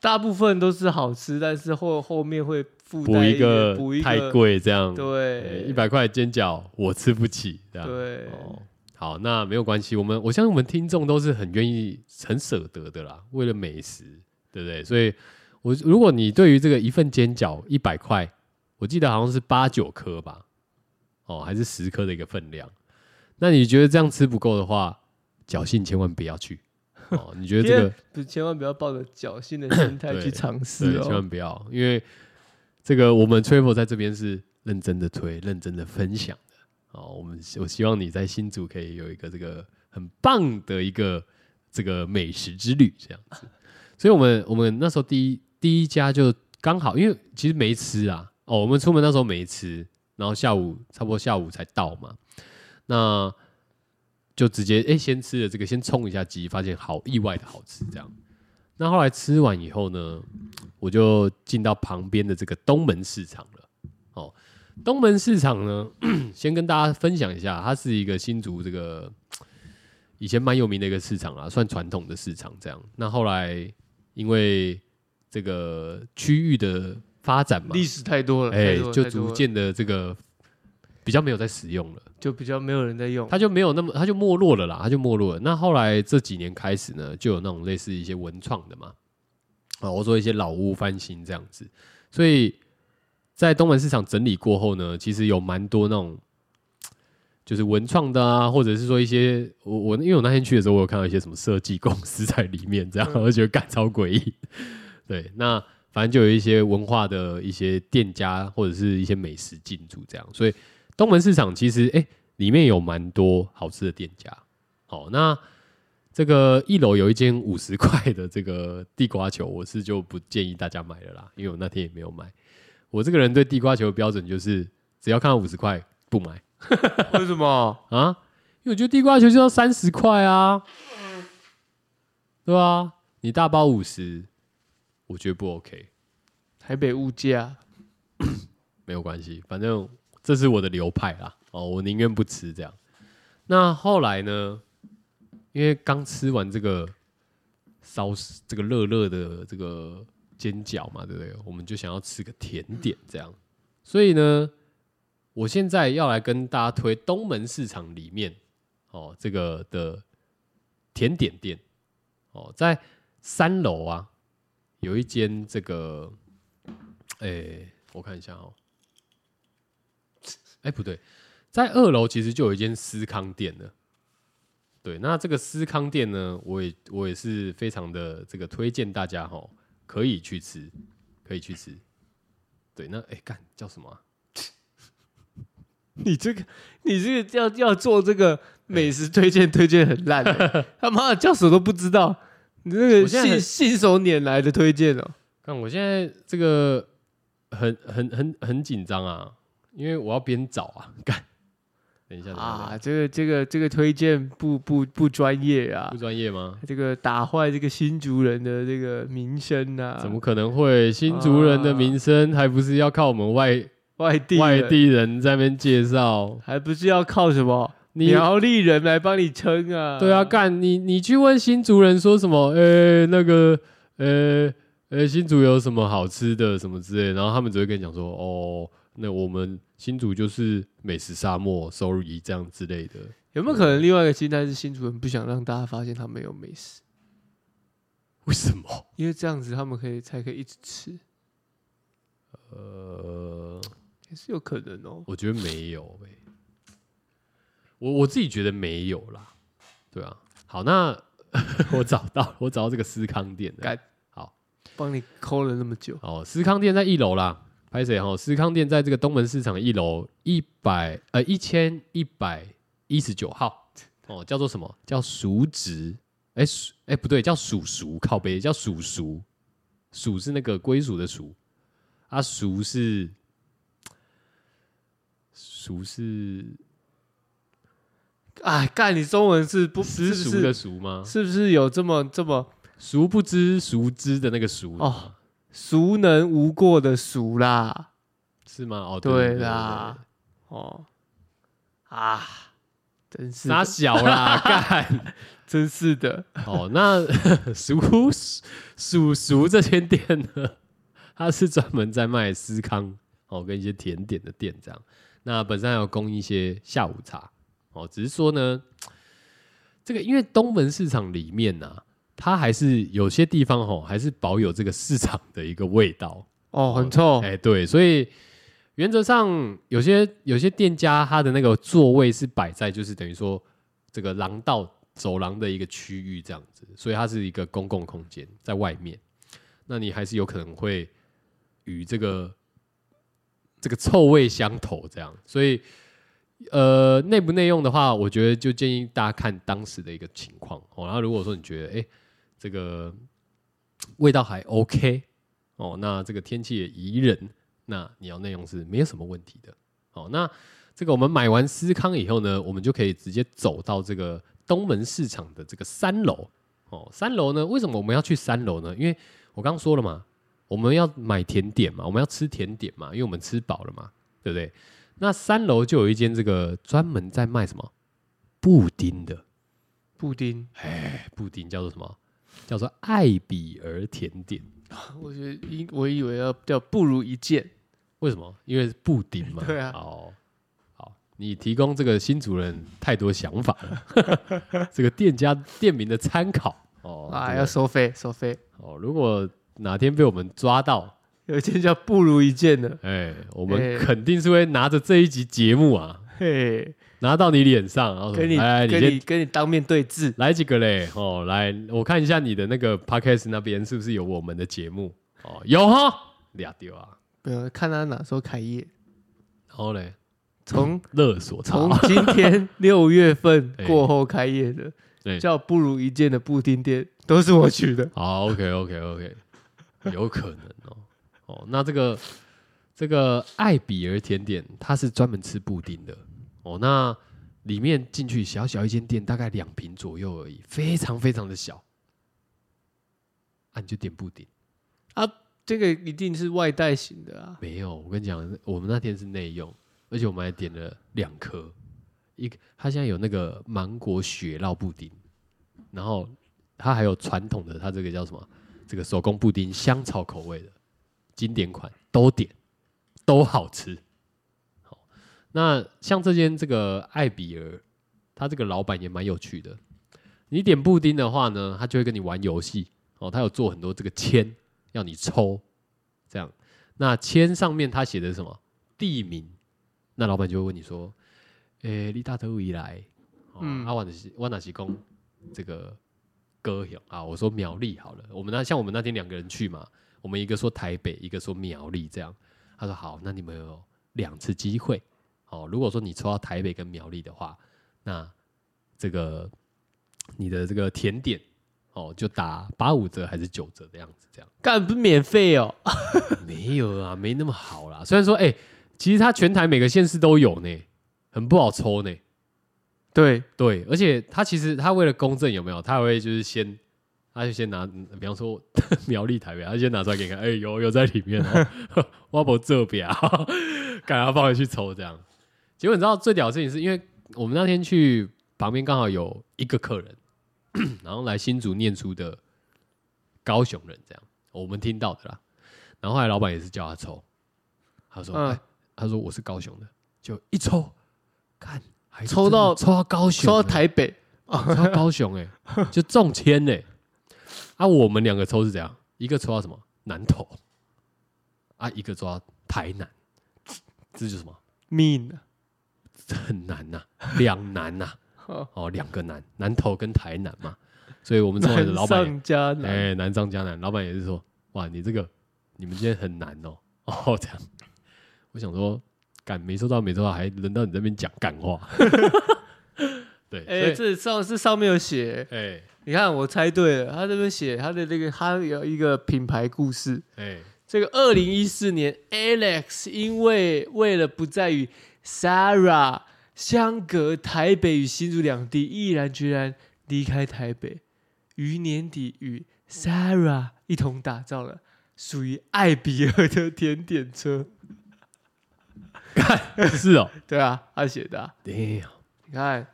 大部分都是好吃，但是后后面会附
补
带
一个
补一个
太，贵这样，哎
对，
一百块煎饺我吃不起这样。
对，
哦，好，那没有关系，我们我相信我们听众都是很愿意、很舍得的啦，为了美食，对不对？所以我如果你对于这个一份煎饺一百块，我记得好像是八九颗吧，哦，还是十颗的一个分量，那你觉得这样吃不够的话，侥幸千万不要去。哦，你觉得这个
不千万不要抱着侥
<coughs>
幸的心态
对
去尝试
对，千
哦。
万不要，因为这个我们 Travel 在这边是认真的推、认真的分享的。哦，我们我希望你在新竹可以有一个这个很棒的一个这个美食之旅，这样子。所以我们我们那时候第一第一家就刚好，因为其实没吃啊。哦，我们出门那时候没吃，然后下午差不多下午才到嘛。那就直接哎、诶先吃了这个，先冲一下鸡，发现好意外的好吃，这样。那后来吃完以后呢，我就进到旁边的这个东门市场了。哦，东门市场呢， <clears throat> 先跟大家分享一下，它是一个新竹这个以前蛮有名的一个市场啊，算传统的市场这样。那后来因为这个区域的发展嘛，
历史太多了，
哎、
太多了
就
太多
逐
了
渐的这个比较没有在使用了。
就比较没有人在
<laughs>
用。
它就没有那么，它就没落了啦，它就没落了。那后来这几年开始呢，就有那种类似一些文创的嘛，啊，我说一些老屋翻新这样子，所以在东门市场整理过后呢，其实有蛮多那种就是文创的啊，或者是说一些我我因为我那天去的时候，我有看到一些什么设计公司在里面，这样我就觉得干超诡异。对，那反正就有一些文化的一些店家或者是一些美食进驻这样，所以东门市场其实哎、诶里面有蛮多好吃的店家。好，那这个一楼有一间五十 <laughs> 块的这个地瓜球，我是就不建议大家买了啦，因为我那天也没有买。我这个人对地瓜球的标准就是，只要看到五十块不买。
为什么？
啊，因为我觉得地瓜球就要三十块啊。对啊，你大包五十，我觉得不 OK，
台北物价
没有关系，反正这是我的流派啦。哦，我宁愿不吃这样。那后来呢？因为刚吃完这个烧这个热热的这个煎饺嘛，对不对？我们就想要吃个甜点这样，所以呢，我现在要来跟大家推东门市场里面哦这个的甜点店哦，在三楼啊有一间这个，诶，我看一下哦，哎不对，在二楼其实就有一间思康店了。对，那这个思康店呢，我也我也是非常的这个推荐大家哈，可以去吃，可以去吃。对，那哎干叫什么啊、
你这个，你这个要要做这个
哎
美食推荐，推荐很烂欸、
<laughs>
他妈的叫什么都不知道，你这
我
个
现在很
信信手拈来的推荐哦、
看我现在这个很很很很紧张啊，因为我要边找啊，干。等一下，等一下，等一
啊，
下
这个这个这个推荐不不不专业啊
不，专业吗？
这个打坏这个新族人的这个名声啊，
怎么可能会？新族人的名声还不是要靠我们外
外地
外
人
地人在那边介绍？
还不是要靠什么
你
苗栗人来帮你撑啊？
对啊，干你你去问新族人说什么？呃、那个，呃呃，新竹有什么好吃的什么之类的，然后他们只会跟你讲说，哦，那我们新竹就是美食沙漠，sorry 这样之类的。
有没有可能另外一个心态是新族人不想让大家发现他没有美食，
为什么？
因为这样子他们可以才可以一直吃，
呃，
也是有可能哦、
我觉得没有、欸，我我自己觉得没有啦。对啊，好，那 <laughs> 我找到我找到这个思康店了
干。帮你抠了那么久，
哦，思康店在一楼啦，拍谁哈？思康店在这个东门市场一楼一百呃一千一百一十九号哦，叫做什么？叫熟值？哎、熟哎、不对，叫属熟靠背，叫属熟，属是那个归属的属，啊熟是熟是
哎，干你中文是不
私
是
熟
不
的
是
熟吗？
是不是有这么这么
熟不知熟知的那个熟
哦，孰能无过的孰啦？
是吗？哦，对
对啦，，哦啊，
对
真
对对
是
傻
的
小
<laughs>
啦，干。
真是的，
<laughs> 哦，那熟熟熟这间店呢，它是专门在卖司康哦跟一些甜点的店这样。那本身还有供一些下午茶哦，只是说呢，这个因为东门市场里面呢、它还是有些地方哦，还是保有这个市场的一个味道。
哦，很臭
哎、对，所以原则上有些有些店家他的那个座位是摆在就是等于说这个廊道走廊的一个区域这样子，所以它是一个公共空间在外面，那你还是有可能会与这个这个臭味相投这样，所以。呃，内不内用的话，我觉得就建议大家看当时的一个情况哦。然后如果说你觉得，哎、这个味道还 OK，哦，那这个天气也宜人，那你要内用是没有什么问题的。哦，那这个我们买完思康以后呢，我们就可以直接走到这个东门市场的这个三楼。哦，三楼呢，为什么我们要去三楼呢？因为我刚刚说了嘛，我们要买甜点嘛，我们要吃甜点嘛，因为我们吃饱了嘛，对不对？那三楼就有一间这个专门在卖什么布丁的，
布丁，
哎，布丁叫做什么？叫做艾比尔甜点。
我觉得应我以为要叫不如一见，
为什么？因为是布丁嘛。
<laughs> 对啊
哦，好，你提供这个新主人太多想法
<laughs>
了，这个店家店名的参考哦。
啊，
对
要收费收费， <laughs>
哦，如果哪天被我们抓到，
有一件叫不如一见的，
哎，我们
哎
肯定是会拿着这一集节目啊，
嘿，
拿到你脸上，然后说
跟你
哦来，来
跟
先
你跟你当面对质，
来几个嘞？哦，来，我看一下你的那个 podcast 那边是不是有我们的节目？哦，有哈，俩丢啊。
没有看他哪时候开业，
然后嘞， <laughs>
从
勒索
从
他
今
<laughs>
天六月份
哎
过后开业的，
对
叫不如一见的布丁店，都是我
<laughs>
取的。
好，OK，OK，OK，有可能哦。哦，那这个这个艾比尔甜点，它是专门吃布丁的哦。那里面进去小小一间店，大概两平左右而已，非常非常的小啊，你就点布丁。
这个一定是外带型的啊。
没有，我跟你讲，我们那天是内用，而且我们还点了两颗，一个它现在有那个芒果雪酪布丁，然后它还有传统的，它这个叫什么？这个手工布丁香草口味的经典款，都点，都好吃。好，那像这间这个艾比尔，他这个老板也蛮有趣的。你点布丁的话呢，他就会跟你玩游戏哦，他有做很多这个签要你抽，这样。那签上面他写的是什么地名，那老板就会问你说：“诶、你大头以来，哦、
嗯
啊，我哪是我哪是公这个歌谣啊？”我说苗栗好了，我们那像我们那天两个人去嘛，我们一个说台北，一个说苗栗，这样。他说好，那你们有两次机会，哦，如果说你抽到台北跟苗栗的话，那这个你的这个甜点哦，就打八五折还是九折的样子，这样。
干不是免费哦，
没有啊，没那么好啦。虽然说，哎、其实它全台每个县市都有呢，很不好抽呢。
对，
对，而且它其实它为了公正有没有，它还会就是先，它就先拿，嗯比方说苗栗台北，它就先拿出来给你看，哎、有有在里面哦， <laughs> 挖博这边啊，赶快放回去抽这样。结果你知道最屌的事情是因为我们那天去旁边刚好有一个客人，然后来新竹念书的高雄人这样，我们听到的啦。然后后来老板也是叫他抽，他说：“哎、
嗯
他说我是高雄的，就一抽，看还
抽到
真的抽到高雄、欸
说到台北
<laughs> 抽到高雄哎、就中签哎、啊，我们两个抽是怎样？一个抽到什么南投，啊，一个抽到台南，这就是什么？
mean，
这很难呐、两难呐、
<laughs> 哦
哦，两个难，南投跟台南嘛，所以我们抽来的老板也
上加
哎、
难，
难上加难。老板也是说，哇，你这个你们今天很难哦，哦这样。我想说，敢没抽到没抽到，还轮到你这边讲干话。 <laughs> 对，
哎、
所以
这上是上面有写，
哎、
你看我猜对了，他这边写他的那个他有一个品牌故事，
哎、
这个二零一四年，Alex 因为为了不再与 Sarah 相隔台北与新竹两地，毅然决然离开台北，于年底与 Sarah 一同打造了属于艾比尔的甜点车。
是哦，
对啊，他写的啊、
对
你看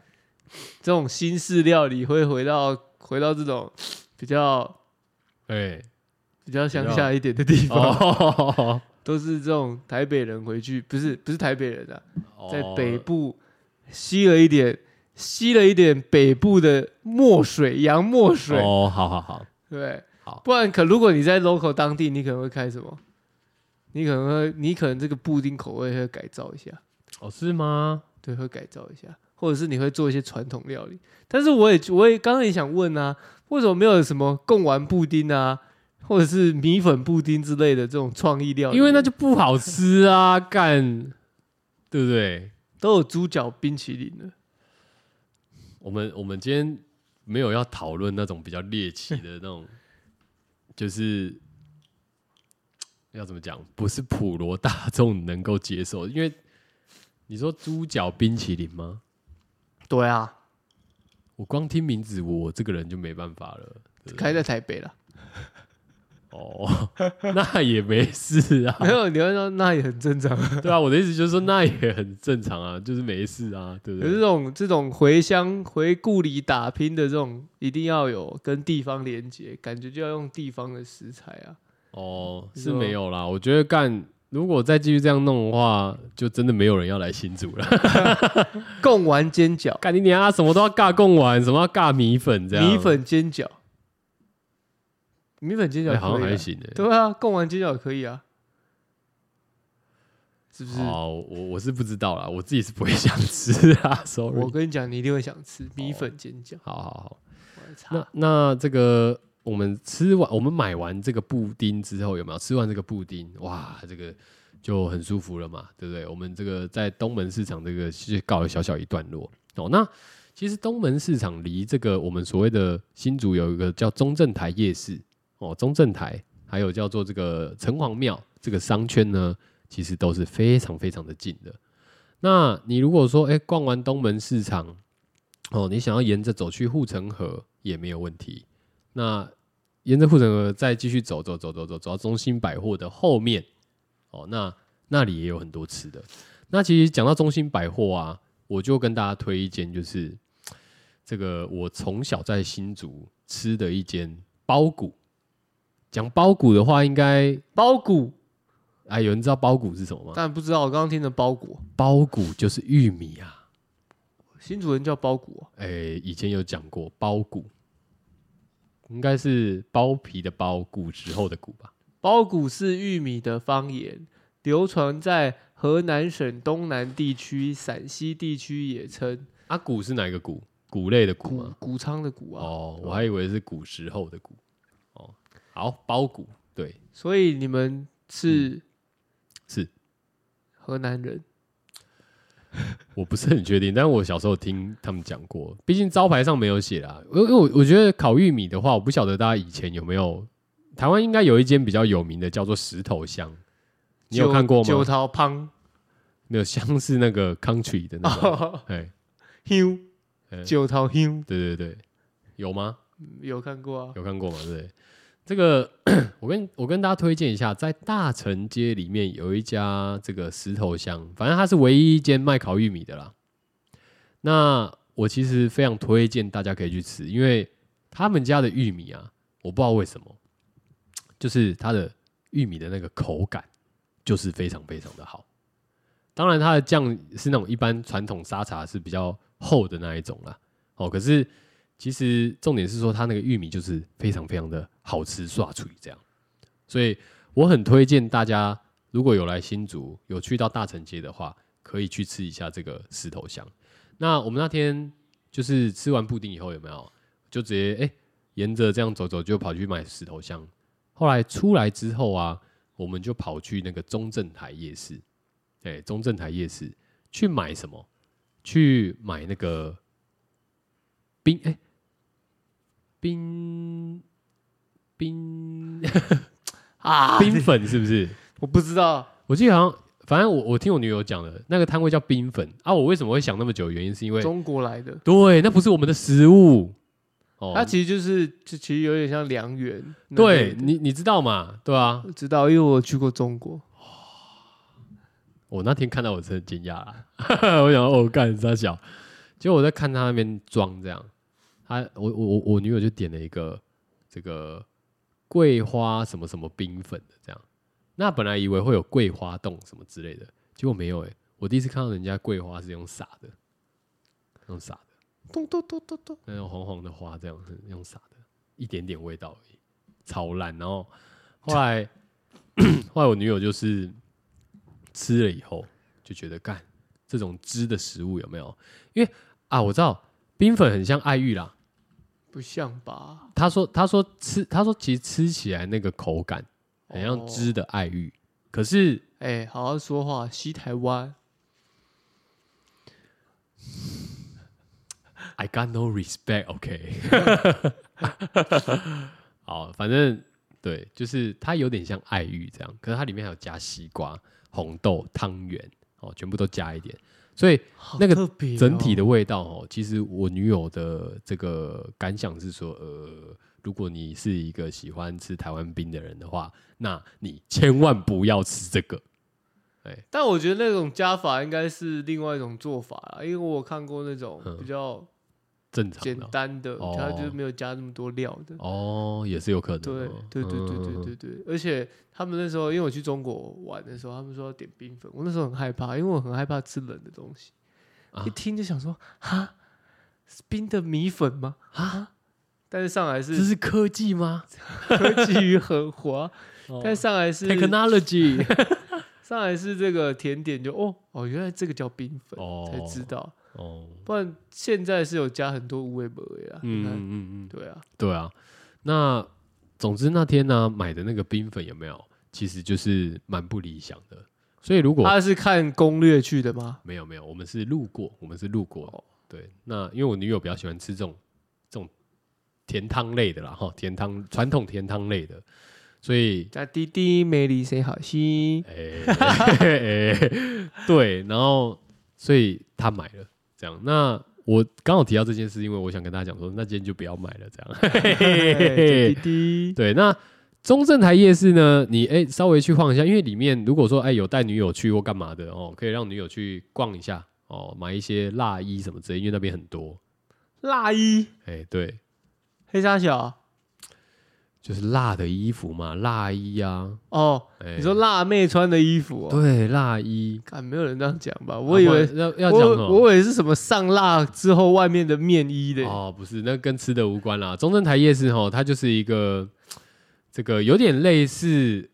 这种新式料理会回到回到这种比较
哎，
比较乡
比较
下一点的地方，
哦，
都是这种台北人回去，不是不是台北人啊。 <laughs> 在北
哦
部吸了一点，吸了一点北部的墨水，洋墨水，
哦，好好好，
对，
好
不然可如果你在 local 当地，你可能会开什么？你可能会，你可能这个布丁口味会改造一下，
哦，是吗？
对，会改造一下，或者是你会做一些传统料理。但是我也我也刚刚也想问啊，为什么没有什么贡丸布丁啊，或者是米粉布丁之类的这种创意料理？
因为那就不好吃啊，干，对不对？
都有猪脚冰淇淋了。
我们我们今天没有要讨论那种比较猎奇的那种， <laughs> 就是要怎么讲，不是普罗大众能够接受，因为你说猪脚冰淇淋吗？
对啊，
我光听名字，我这个人就没办法了。对不对
开在台北了。
哦， <laughs> 那也没事啊，<laughs>
<laughs> 没有，你会说那也很正常。
对啊，我的意思就是说，那也很正常啊，就是没事啊，对不
可是
对？
这种这种回乡回故里打拼的这种，一定要有跟地方连接，感觉就要用地方的食材啊。
哦，
你
是
说
没有啦。我觉得干，如果再继续这样弄的话，就真的没有人要来新竹了。
贡丸煎饺、
干你娘、啊，什么都要尬贡丸，什么要尬米粉这样。
米粉煎饺、米粉煎
哎、
饺、可
好像
以啊
还行诶、
对啊，贡丸煎饺可以啊，是不是？
哦，我我是不知道啦，我自己是不会想吃啊，sorry
我。跟你讲，你一定会想吃米粉煎饺。
好好好，
我来查
那那这个我们吃完，我们买完这个布丁之后，有没有吃完这个布丁？哇，这个就很舒服了嘛，对不对？我们这个在东门市场这个是告了小小一段落哦。那其实东门市场离这个我们所谓的新竹有一个叫中正台夜市哦，中正台还有叫做这个城隍庙这个商圈呢，其实都是非常非常的近的。那你如果说，哎、逛完东门市场，哦，你想要沿着走去护城河也没有问题。那沿着护城河再继续走走走走走，走到中心百货的后面，哦，那那里也有很多吃的。那其实讲到中心百货啊，我就跟大家推一间，就是这个我从小在新竹吃的一间包谷。讲包谷的话，应该
包谷，
哎，有人知道包谷是什么吗？
但不知道我刚刚听的包谷，
包谷就是玉米啊。
新主人叫包谷、啊，
诶，以前有讲过包谷，应该是包皮的包，谷时候的谷吧？
包谷是玉米的方言，流传在河南省东南地区、陕西地区，也称
啊，谷是哪一个谷？谷类的谷
谷
吗？
谷仓的谷啊。
哦，我还以为是古时候的谷。哦，好，包谷，对，
所以你们是
嗯是
河南人，
我不是很确定，但我小时候听他们讲过，毕竟招牌上没有写啦。因为因为我我觉得烤玉米的话，我不晓得大家以前有没有，台湾应该有一间比较有名的叫做石头香，你有
九
看过吗
九桃胖，
没有，香是那个 country 的那
哦
个，
<laughs>
哎、
香
嗯
九桃香
对对对，有吗？
有看过啊？
有看过吗？对不对，这个 <clears throat> 我跟我跟大家推荐一下，在大城街里面有一家这个石头香，反正它是唯一一间卖烤玉米的啦。那我其实非常推荐大家可以去吃，因为他们家的玉米啊，我不知道为什么，就是它的玉米的那个口感就是非常非常的好。当然，它的酱是那种一般传统沙茶是比较厚的那一种啦。哦，可是其实重点是说，它那个玉米就是非常非常的好吃刷脆这样，所以我很推荐大家，如果有来新竹，有去到大城街的话，可以去吃一下这个石头香。那我们那天就是吃完布丁以后，有没有就直接哎、诶沿着这样走走，就跑去买石头香。后来出来之后啊，我们就跑去那个中正台夜市，哎、中正台夜市去买什么？去买那个冰哎、冰冰
啊，
冰粉是不是？
我不知道，
我记得好像，反正我我听我女友讲的，那个摊位叫冰粉啊。我为什么会想那么久？原因是因为
中国来的，
对，那不是我们的食物哦。
它其实就是就其实有点像良缘那类
对
的。
你你知道嘛？对啊，
我知道，因为我去过中国。
我那天看到我真的惊讶啦， <laughs> 我想哦干傻小，结果我在看他那边装这样，他我我我我女友就点了一个这个桂花什么什么冰粉的这样，那本来以为会有桂花冻什么之类的，结果没有诶、我第一次看到人家桂花是用撒的，用撒的
咚咚咚咚咚，
那种黄黄的花这样是用撒的，一点点味道而已，超烂。然后后来后来我女友就是吃了以后就觉得，干这种汁的食物有没有？因为啊，我知道冰粉很像爱玉啦。
不像吧？
她说她说吃她说其实吃起来那个口感很像
哦
汁的爱玉，可是
哎、好好说话，西台湾
I got no respect，OK、好，反正对，就是它有点像爱玉这样，可是它里面还有加西瓜、红豆、汤圆哦，全部都加一点，所以
好
那个
特别哦
整体的味道哦，其实我女友的这个感想是说，呃，如果你是一个喜欢吃台湾冰的人的话，那你千万不要吃这个。
但我觉得那种加法应该是另外一种做法啦，因为我有看过那种
嗯
比较
正常
简
的
单的，
哦
它就是没有加那么多料的。
哦，也是有可能
对
哦、
对对对对对对，而且他们那时候，因为我去中国玩的时候，他们说要点冰粉，我那时候很害怕，因为我很害怕吃冷的东西，
啊
一听就想说哈，是冰的米粉吗？
<laughs> 啊，
但是上来
这
是
是科技吗？
科技与
<laughs>
很滑，
哦
但上来是
technology
上来是这个甜点就哦哦，原来这个叫冰粉，
哦
才知道，
哦，
不然现在是有加很多无味美味啦。
嗯
嗯，
嗯嗯，
对啊，
对啊。那总之那天呢、买的那个冰粉有没有，其实就是蛮不理想的。所以如果
他是看攻略去的吗？
没有没有，我们是路过，我们是路过。
哦
对，那因为我女友比较喜欢吃这种这种甜汤类的啦，哈，甜汤传统甜汤类的，所以
加滴滴美丽谁好心？
哎、 <laughs> 欸对，然后所以她买了这样。那我刚好提到这件事，因为我想跟大家讲说，那今天就不要买了，这样。
哎滴滴，
<laughs> 对，那中正台夜市呢，你哎、稍微去晃一下，因为里面如果说哎、有带女友去或干嘛的哦，可以让女友去逛一下哦，买一些辣衣什么之类，因为那边很多。
辣衣
哎、对，
黑沙小
就是辣的衣服嘛，辣衣啊。
哦，
哎
你说辣妹穿的衣服哦？
对辣衣，
看没有人这样讲吧？我以为
啊不然要要讲什
我
么？
我以为是什么上辣之后外面的面衣的，
哦，不是，那跟吃的无关啦。中正台夜市哈，它就是一个这个有点类似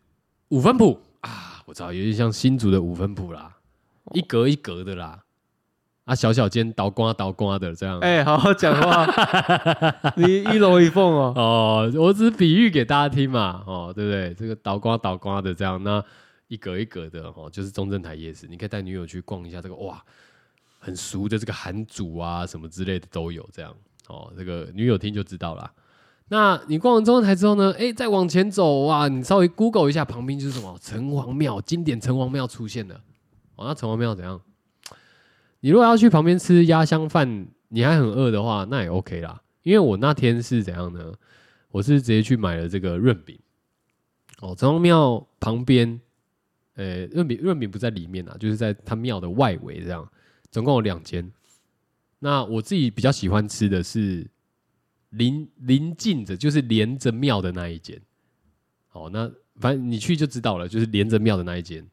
五分埔啊，我知道有点像新竹的五分埔啦，
哦
一格一格的啦，啊，小小间倒瓜倒瓜的这样。
哎、好好讲
<laughs>
话，你一龙一凤哦。
哦，我只是比喻给大家听嘛，哦，对不对？这个倒瓜倒瓜的这样，那一格一格的哦，就是中正台夜市，你可以带女友去逛一下这个，哇，很熟的这个韩组啊什么之类的都有这样，哦，这个女友听就知道啦。那你逛完中正台之后呢？哎，再往前走哇，你稍微 Google 一下，旁边就是什么城隍庙，经典城隍庙出现了。哦，那城隍庙怎样？你如果要去旁边吃鸭香饭，你还很饿的话，那也 OK 啦。因为我那天是怎样呢？我是直接去买了这个润饼。哦，城隍庙旁边，呃，润饼润饼不在里面啊，就是在它庙的外围这样。总共有两间。那我自己比较喜欢吃的是邻邻近着，就是连着庙的那一间。哦，那反正你去就知道了，就是连着庙的那一间。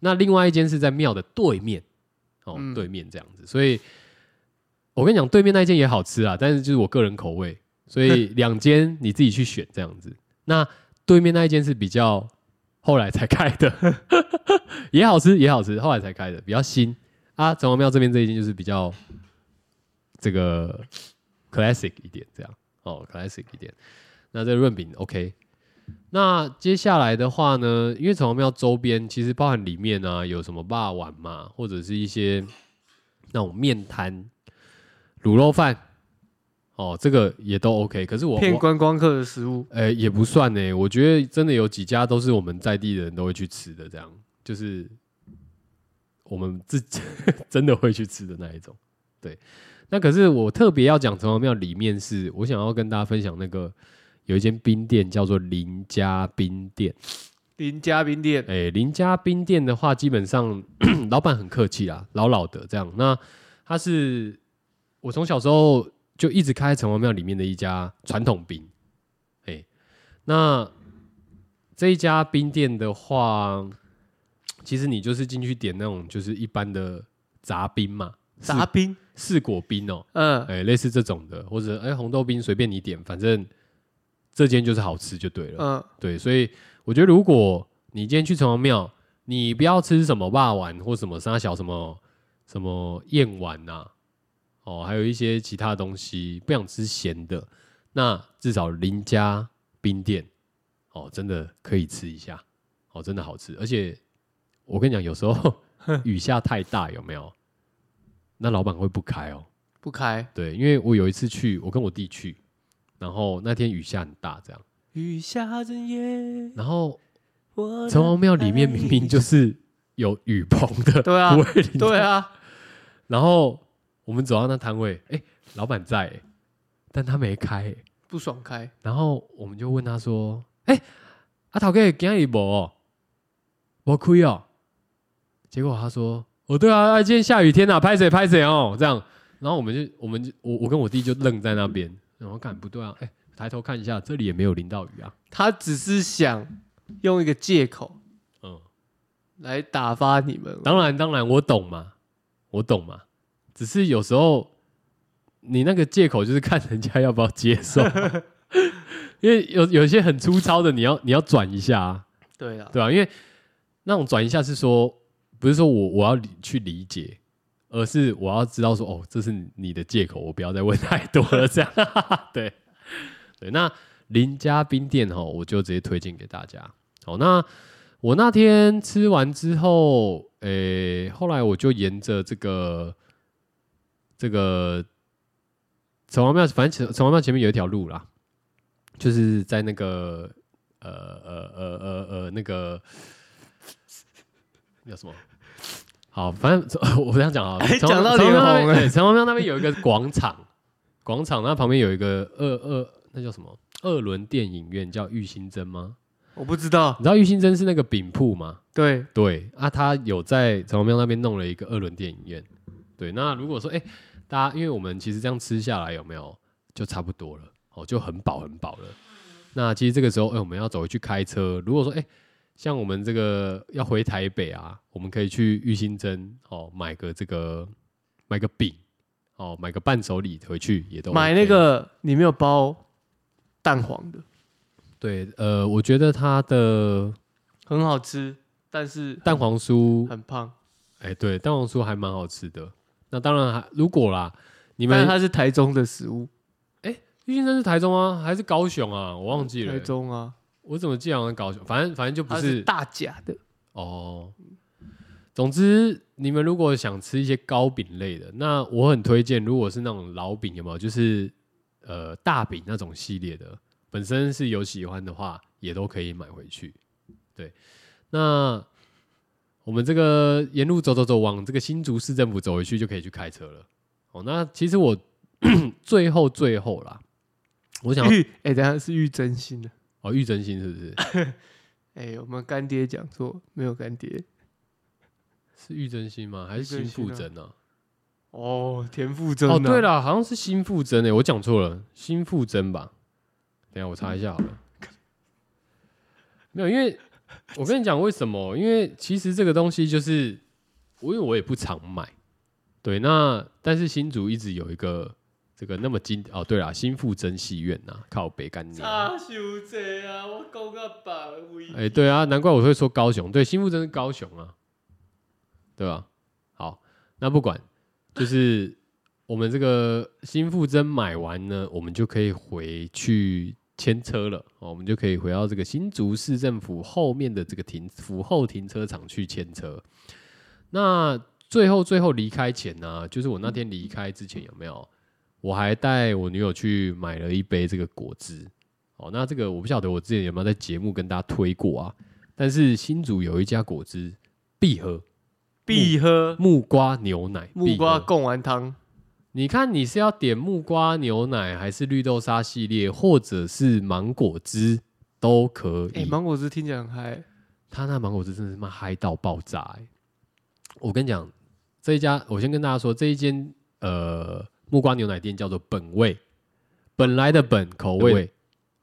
那另外一间是在庙的对面，哦，
嗯
对面这样子。所以我跟你讲，对面那一间也好吃啊，但是就是我个人口味，所以两间你自己去选这样子。那对面那一间是比较后来才开的，也好吃，也好吃，后来才开的，比较新啊。城隍庙这边这一间就是比较这个 classic 一点，这样哦，classic 一点。那这个润饼 OK。那接下来的话呢，因为城隍庙周边其实包含里面啊有什么霸碗嘛，或者是一些那种面摊、卤肉饭，哦，这个也都 OK。可是 <laughs> 我
骗
我
观光客的食物，
呃、也不算呢、我觉得真的有几家都是我们在地的人都会去吃的，这样就是我们自己 <laughs> 真的会去吃的那一种。对，那可是我特别要讲城隍庙里面是，我想要跟大家分享那个有一间冰店叫做林家冰店。
林家冰店，
哎、林家冰店的话，基本上老板很客气啦，老老的这样。那他是我从小时候就一直开在城隍庙里面的一家传统冰，哎、那这一家冰店的话，其实你就是进去点那种就是一般的杂冰嘛，
杂冰，
四果冰哦、
嗯，
哎、类似这种的，或者哎、红豆冰随便你点，反正这间就是好吃就对了。
嗯，
对，所以我觉得如果你今天去城隍庙，你不要吃什么霸丸或什么沙小什么什么燕丸呐、哦，还有一些其他东西，不想吃咸的，那至少林家冰店哦，真的可以吃一下，哦，真的好吃，而且我跟你讲，有时候 <laughs> 雨下太大，有没有？那老板会不开哦。
不开。
对，因为我有一次去，我跟我弟去，然后那天雨下很大，这样，
雨下整夜，
然后
我的
城隍庙里面明明就是有雨棚的，
对啊
不会淋到
对啊，
然后我们走到那摊位，哎、老板在、哎但他没开、哎
不爽开，
然后我们就问他说，哎、阿桃哥今日无，无亏哦。结果他说，哦对啊，啊今天下雨天啊，拍谁拍谁哦，这样。然后我们就，我们就，我我跟我弟就愣在那边，然后看不对啊，哎、抬头看一下，这里也没有淋到雨啊，
他只是想用一个借口
嗯。
来打发你们。
当然，当然，我懂嘛，我懂嘛。只是有时候你那个借口就是看人家要不要接受，因为有有一些很粗糙的，你要你要转一下、啊，
对啊，
对吧、因为那种转一下是说，不是说我我要理去理解，而是我要知道说，哦，这是你的借口，我不要再问太多了，这样。对对，那林家冰店哦，我就直接推荐给大家。好，那我那天吃完之后，诶、后来我就沿着这个这个城隍庙，反正城城隍庙前面有一条路啦，就是在那个呃呃呃呃呃那个那叫什么好，反正我这样讲啊
哎，
城隍 <laughs>
讲到
城隍
脸
庙那
红了
边对城隍庙那边有一个广场，广场那旁边有一个二二那叫什么二轮电影院，叫玉兴真吗？
我不知道。
你知道玉兴真是那个饼铺吗？
对，
对啊，他有在城隍庙那边弄了一个二轮电影院。对，那如果说哎、大家因为我们其实这样吃下来有没有就差不多了哦，就很饱很饱了。那其实这个时候哎、我们要走回去开车。如果说哎、像我们这个要回台北啊，我们可以去玉兴珍哦买个这个买个饼哦，买个伴手礼回去也都、
买那。个里面有包蛋黄的，
对，呃，我觉得它的
很好吃，但是
蛋黄酥，
很胖。
哎、对，蛋黄酥还蛮好吃的。那当然还，如果啦，你
但
们
是它是台中的食物，
郁金山是台中啊，还是高雄啊？我忘记了、
台中啊，
我怎么记得好像高雄，反正反正就不
它
是
是大甲的，
哦。总之，你们如果想吃一些糕饼类的，那我很推荐，如果是那种老饼，有没有？就是呃大饼那种系列的，本身是有喜欢的话，也都可以买回去。对，那我们这个沿路走走走，往这个新竹市政府走回去，就可以去开车了。哦，那其实我 <coughs> 最后最后啦，我想要
玉 <laughs> 哎、等一下是玉真心啊的。
哦，玉真心是不是？
哎、我们干爹讲错，没有干爹
是玉真心吗？还是
玉真
新
心
傅
啊
真啊？
哦，田馥甄、
哦，对
了，
了，好像是新傅真欸诶，我讲错了，新傅真吧？等一下我查一下好了。没有，因为我跟你讲为什么？因为其实这个东西就是，我因为我也不常买，对。那但是新竹一直有一个这个那么经哦，对啦，新傅真戏院呐、靠北干娘。
修这啊，我讲个百位
哎、对啊，难怪我会说高雄，对，新富真是高雄啊，对吧、好，那不管，就是我们这个新富真买完呢，我们就可以回去牵车了哦，我们就可以回到这个新竹市政府后面的这个停府后停车场去牵车。那最后最后离开前呢、就是我那天离开之前有没有？我还带我女友去买了一杯这个果汁，哦，那这个我不晓得我之前有没有在节目跟大家推过啊，但是新竹有一家果汁必喝，
必喝
木瓜牛奶，
木瓜
必喝。
贡丸汤，
你看你是要点木瓜牛奶，还是绿豆沙系列，或者是芒果汁都可
哎、
以。
芒果汁听起来很嗨，
他那芒果汁真的是妈嗨到爆炸、欸！我跟你讲，这一家我先跟大家说，这一间呃木瓜牛奶店叫做本味，本来的本口
本
味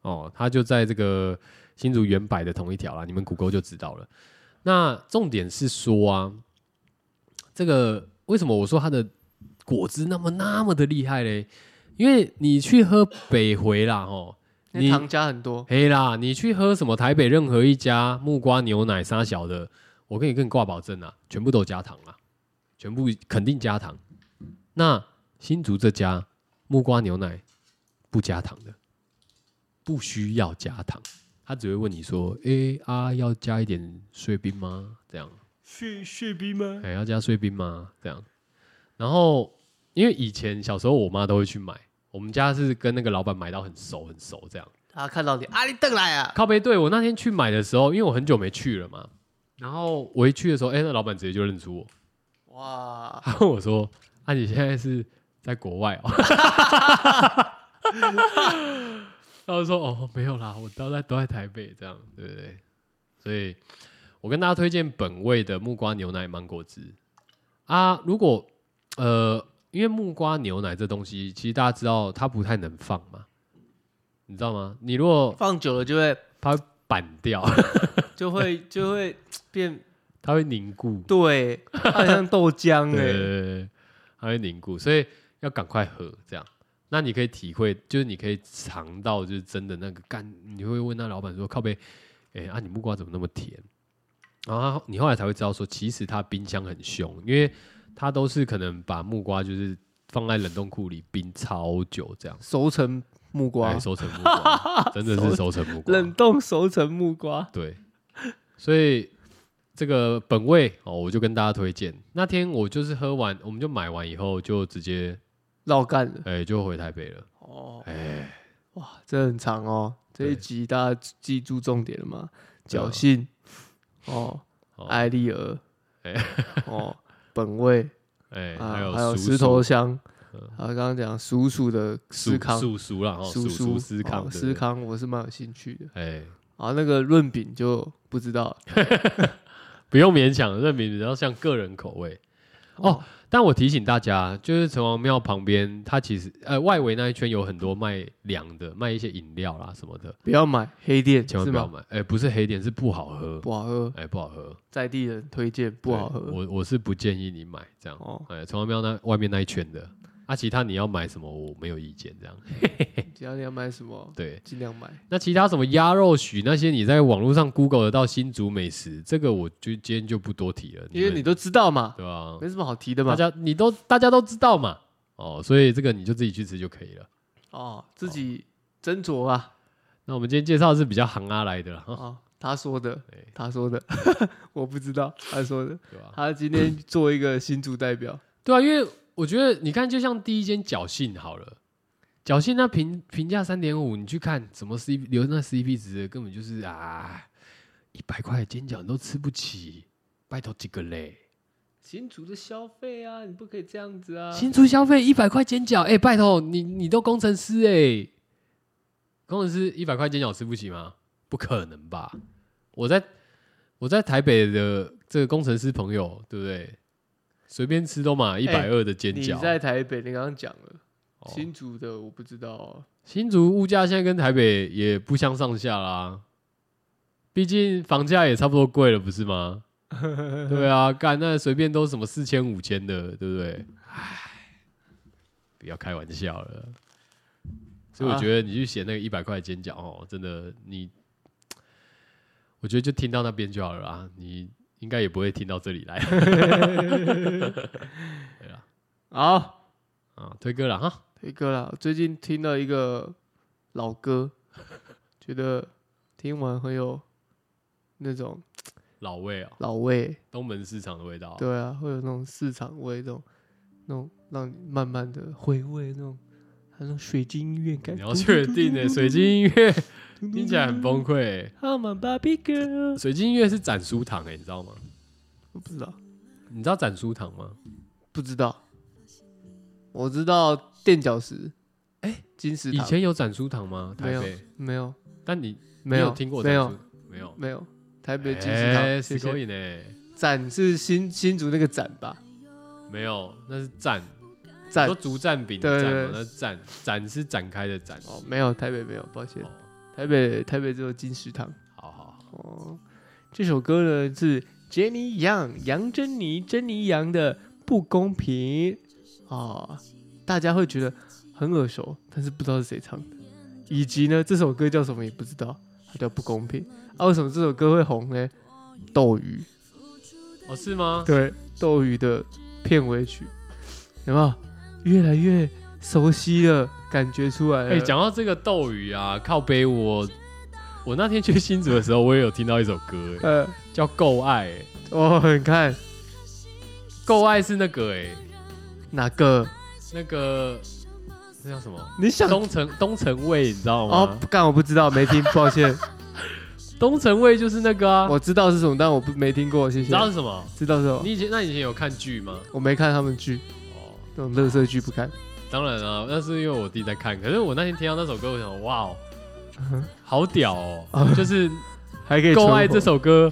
哦，它就在这个新竹原百的同一条啦，你们谷歌就知道了。那重点是说啊，这个为什么我说它的果汁那么那么的厉害嘞？因为你去喝北回啦，哦，
那
你
糖加很多，
嘿啦，你去喝什么台北任何一家木瓜牛奶沙小的，我跟你更挂保证啊，全部都加糖啊，全部肯定加糖。那新竹这家木瓜牛奶不加糖的，不需要加糖，他只会问你说，诶啊，要加一点碎冰吗？这样。
血血冰吗？
哎、要加碎冰吗？这样。然后因为以前小时候我妈都会去买，我们家是跟那个老板买到很熟很熟这样。
他看到你，啊，你瞪来啊！
靠背对我那天去买的时候，因为我很久没去了嘛，然后我一去的时候，哎、那老板直接就认出我，
<laughs>
<laughs>
哇，
他问我说：“啊，你现在是在国外哦？” <laughs> 然后我说：“哦，没有啦，我都在都在台北，这样对不对？”所以，我跟大家推荐本味的木瓜牛奶芒果汁啊。如果呃，因为木瓜牛奶这东西，其实大家知道它不太能放嘛，你知道吗？你如果
放久了就会
它会板掉，
就会就会变
它会凝固，
对，它很像豆浆
对
哎、
<laughs> 对对对，它会凝固，所以要赶快喝。这样，那你可以体会，就是你可以尝到，就是真的那个干，你会问那老板说：“靠背，哎、啊，你木瓜怎么那么甜？”然后他你后来才会知道说，其实它冰箱很凶，因为它啊都是可能把木瓜就是放在冷冻库里冰超久这样。
熟成木瓜
哎，熟成木瓜，真的是熟成木瓜，
<laughs> 冷冻熟成木瓜，
对，所以这个本味哦，我就跟大家推荐。那天我就是喝完，我们就买完以后就直接
绕干了
哎、就回台北了。
哦。
哎、
哇，这很长哦，这一
对
集大家记住重点了吗？
<laughs> 对啊
侥幸哦
哦，
艾丽儿
哎，
哦，本味
哎，
啊，
有
还有
叔
石头
叔
香
嗯，
啊，刚刚讲叔叔的思康，
叔叔啦，哦，叔
叔
叔思
哦
康，
思
思，
康，我是蛮有兴趣的。
哎，
啊，那个润饼就不知道了
不用勉强，这名比较像个人口味。哦，但我提醒大家，就是城隍庙旁边，它其实呃外围那一圈有很多卖凉的，卖一些饮料啦什么的，
不要买黑店，
千万
是
不要
吗？
买。哎、不是黑点，是不好喝，
不好喝，
哎、不好喝，
在地人推荐不好
对
喝。
我我是不建议你买这样。
哦，
哎、城隍庙那外面那一圈的，啊，其他你要买什么我没有意见这样。
只要你要买什么，
对，
尽量买。
那其他什么鸭肉许那些，你在网络上 Google 得到新竹美食，这个我就今天就不多提了，
因为
们
你都知道嘛，
对啊，
没什么好提的
大
嘛。
家你都大家都知道嘛，哦，所以这个你就自己去吃就可以了。
哦，自己斟酌啊。
那我们今天介绍的是比较行阿来的啦，哈
啊，他说的
对，
他说的， <laughs> 我不知道，他说的。
对吧？
他今天做一个新竹代表，
对啊，因为我觉得你看，就像第一间侥幸好了，侥幸那评评价三点五，你去看什么 CP 留那 CP 值的根本就是啊，一百块的煎饺你都吃不起，拜托几个嘞！
新竹的消费啊，你不可以这样子啊。
新竹消费一百块煎饺，哎、拜托你你都工程师哎、工程师一百块煎饺吃不起吗？不可能吧！我在我在台北的这个工程师朋友，对不对？随便吃都买一百二的煎
哎你
饺。
在台北，你刚刚讲了，
哦
新竹的我不知道哦。
新竹物价现在跟台北也不相上下啦，毕竟房价也差不多贵了，不是吗？对啊，干那随便都什么四千五千的，对不对？唉，不要开玩笑了。所以我
啊
觉得你去写那个一百块的煎饺哦，真的你，我觉得就听到那边就好了啊，你应该也不会听到这里来
好，
啊，推歌了哈，
推歌啦，我最近听了一个老歌，觉得听完很有那种
老味哦，
老味，
东门市场的味道哦，
对啊，会有那种市场味，那种那种让你慢慢的回味那种，那种水晶音乐感。
你要确定呢，水晶音乐。听起来很崩溃、欸。
I'm a Barbie <laughs> girl，
水晶音乐是展书堂、欸，你知道吗？
我不知道，
你知道展书堂吗？
不知道，我知道垫脚石，
哎
金石
以
堂
前有展书堂吗？
没
台
有
北？
没有
但你
没
你
有
有听过
没
展
有
书？没有。
没有台北金石堂，
哎，
谢
是
谢
勾。引哎，
展是新新竹那个展吧？
没有，那是展，
展
说竹战饼
对
的
对
展嘛，
对
那是展展是展开的展。
哦，没有台北没有，抱歉
哦，
台北台北只有金石堂。
好好好，
哦，这首歌呢是 Jenny Yang 杨珍妮珍妮杨的《不公平》啊、大家会觉得很耳熟，但是不知道是谁唱的，以及呢这首歌叫什么也不知道，它叫《不公平》啊。为什么这首歌会红呢？斗鱼
哦是吗？
对斗鱼的片尾曲，有没有越来越熟悉了？感觉出来了。
哎，讲到这个斗鱼啊，靠北我我那天去新竹的时候，我也有听到一首歌欸，
呃，
叫《够爱》欸，
哦，你看
《够爱》是那个哎，
哪个？
那个那叫什么？
<laughs> 你想
东城东城卫，你知道吗？
哦？干，我不知道，没听，抱歉。
东城卫就是那个啊，
我知道是什么，但我不没听过，谢
你
谢
知。道是什么？
知道是什么？
你以前那你以前有看剧吗？
我没看他们剧，
哦，
那种乐色剧不看。
当然啊，那是因为我弟在看。可是我那天听到那首歌，我想哇哦，好屌哦！就是《
还可以
够
重
爱》
逢
这。
<laughs>
首歌，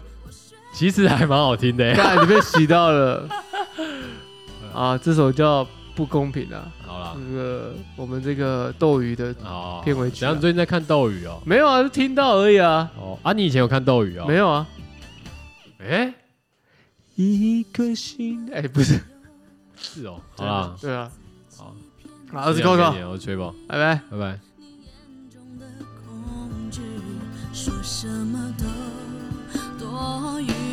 其实还蛮好听的欸。
干，你被洗到了 <laughs> 啊！这首叫《不公平》啊，
好啦
这，个我们这个斗鱼 <laughs> 的
好，
片尾曲啊
然后你最近在看斗鱼哦？
没有啊，就听到而已啊，
哦啊，你以前有看斗鱼哦？
没
有。
有啊。
哎，
一颗心，哎，不是，
是哦。好啦，
<laughs> 对啊，
好，
好，我是
这样
Coco，
给你我吹吧，
拜拜。
拜拜。
眼中的恐惧，说什么都多余。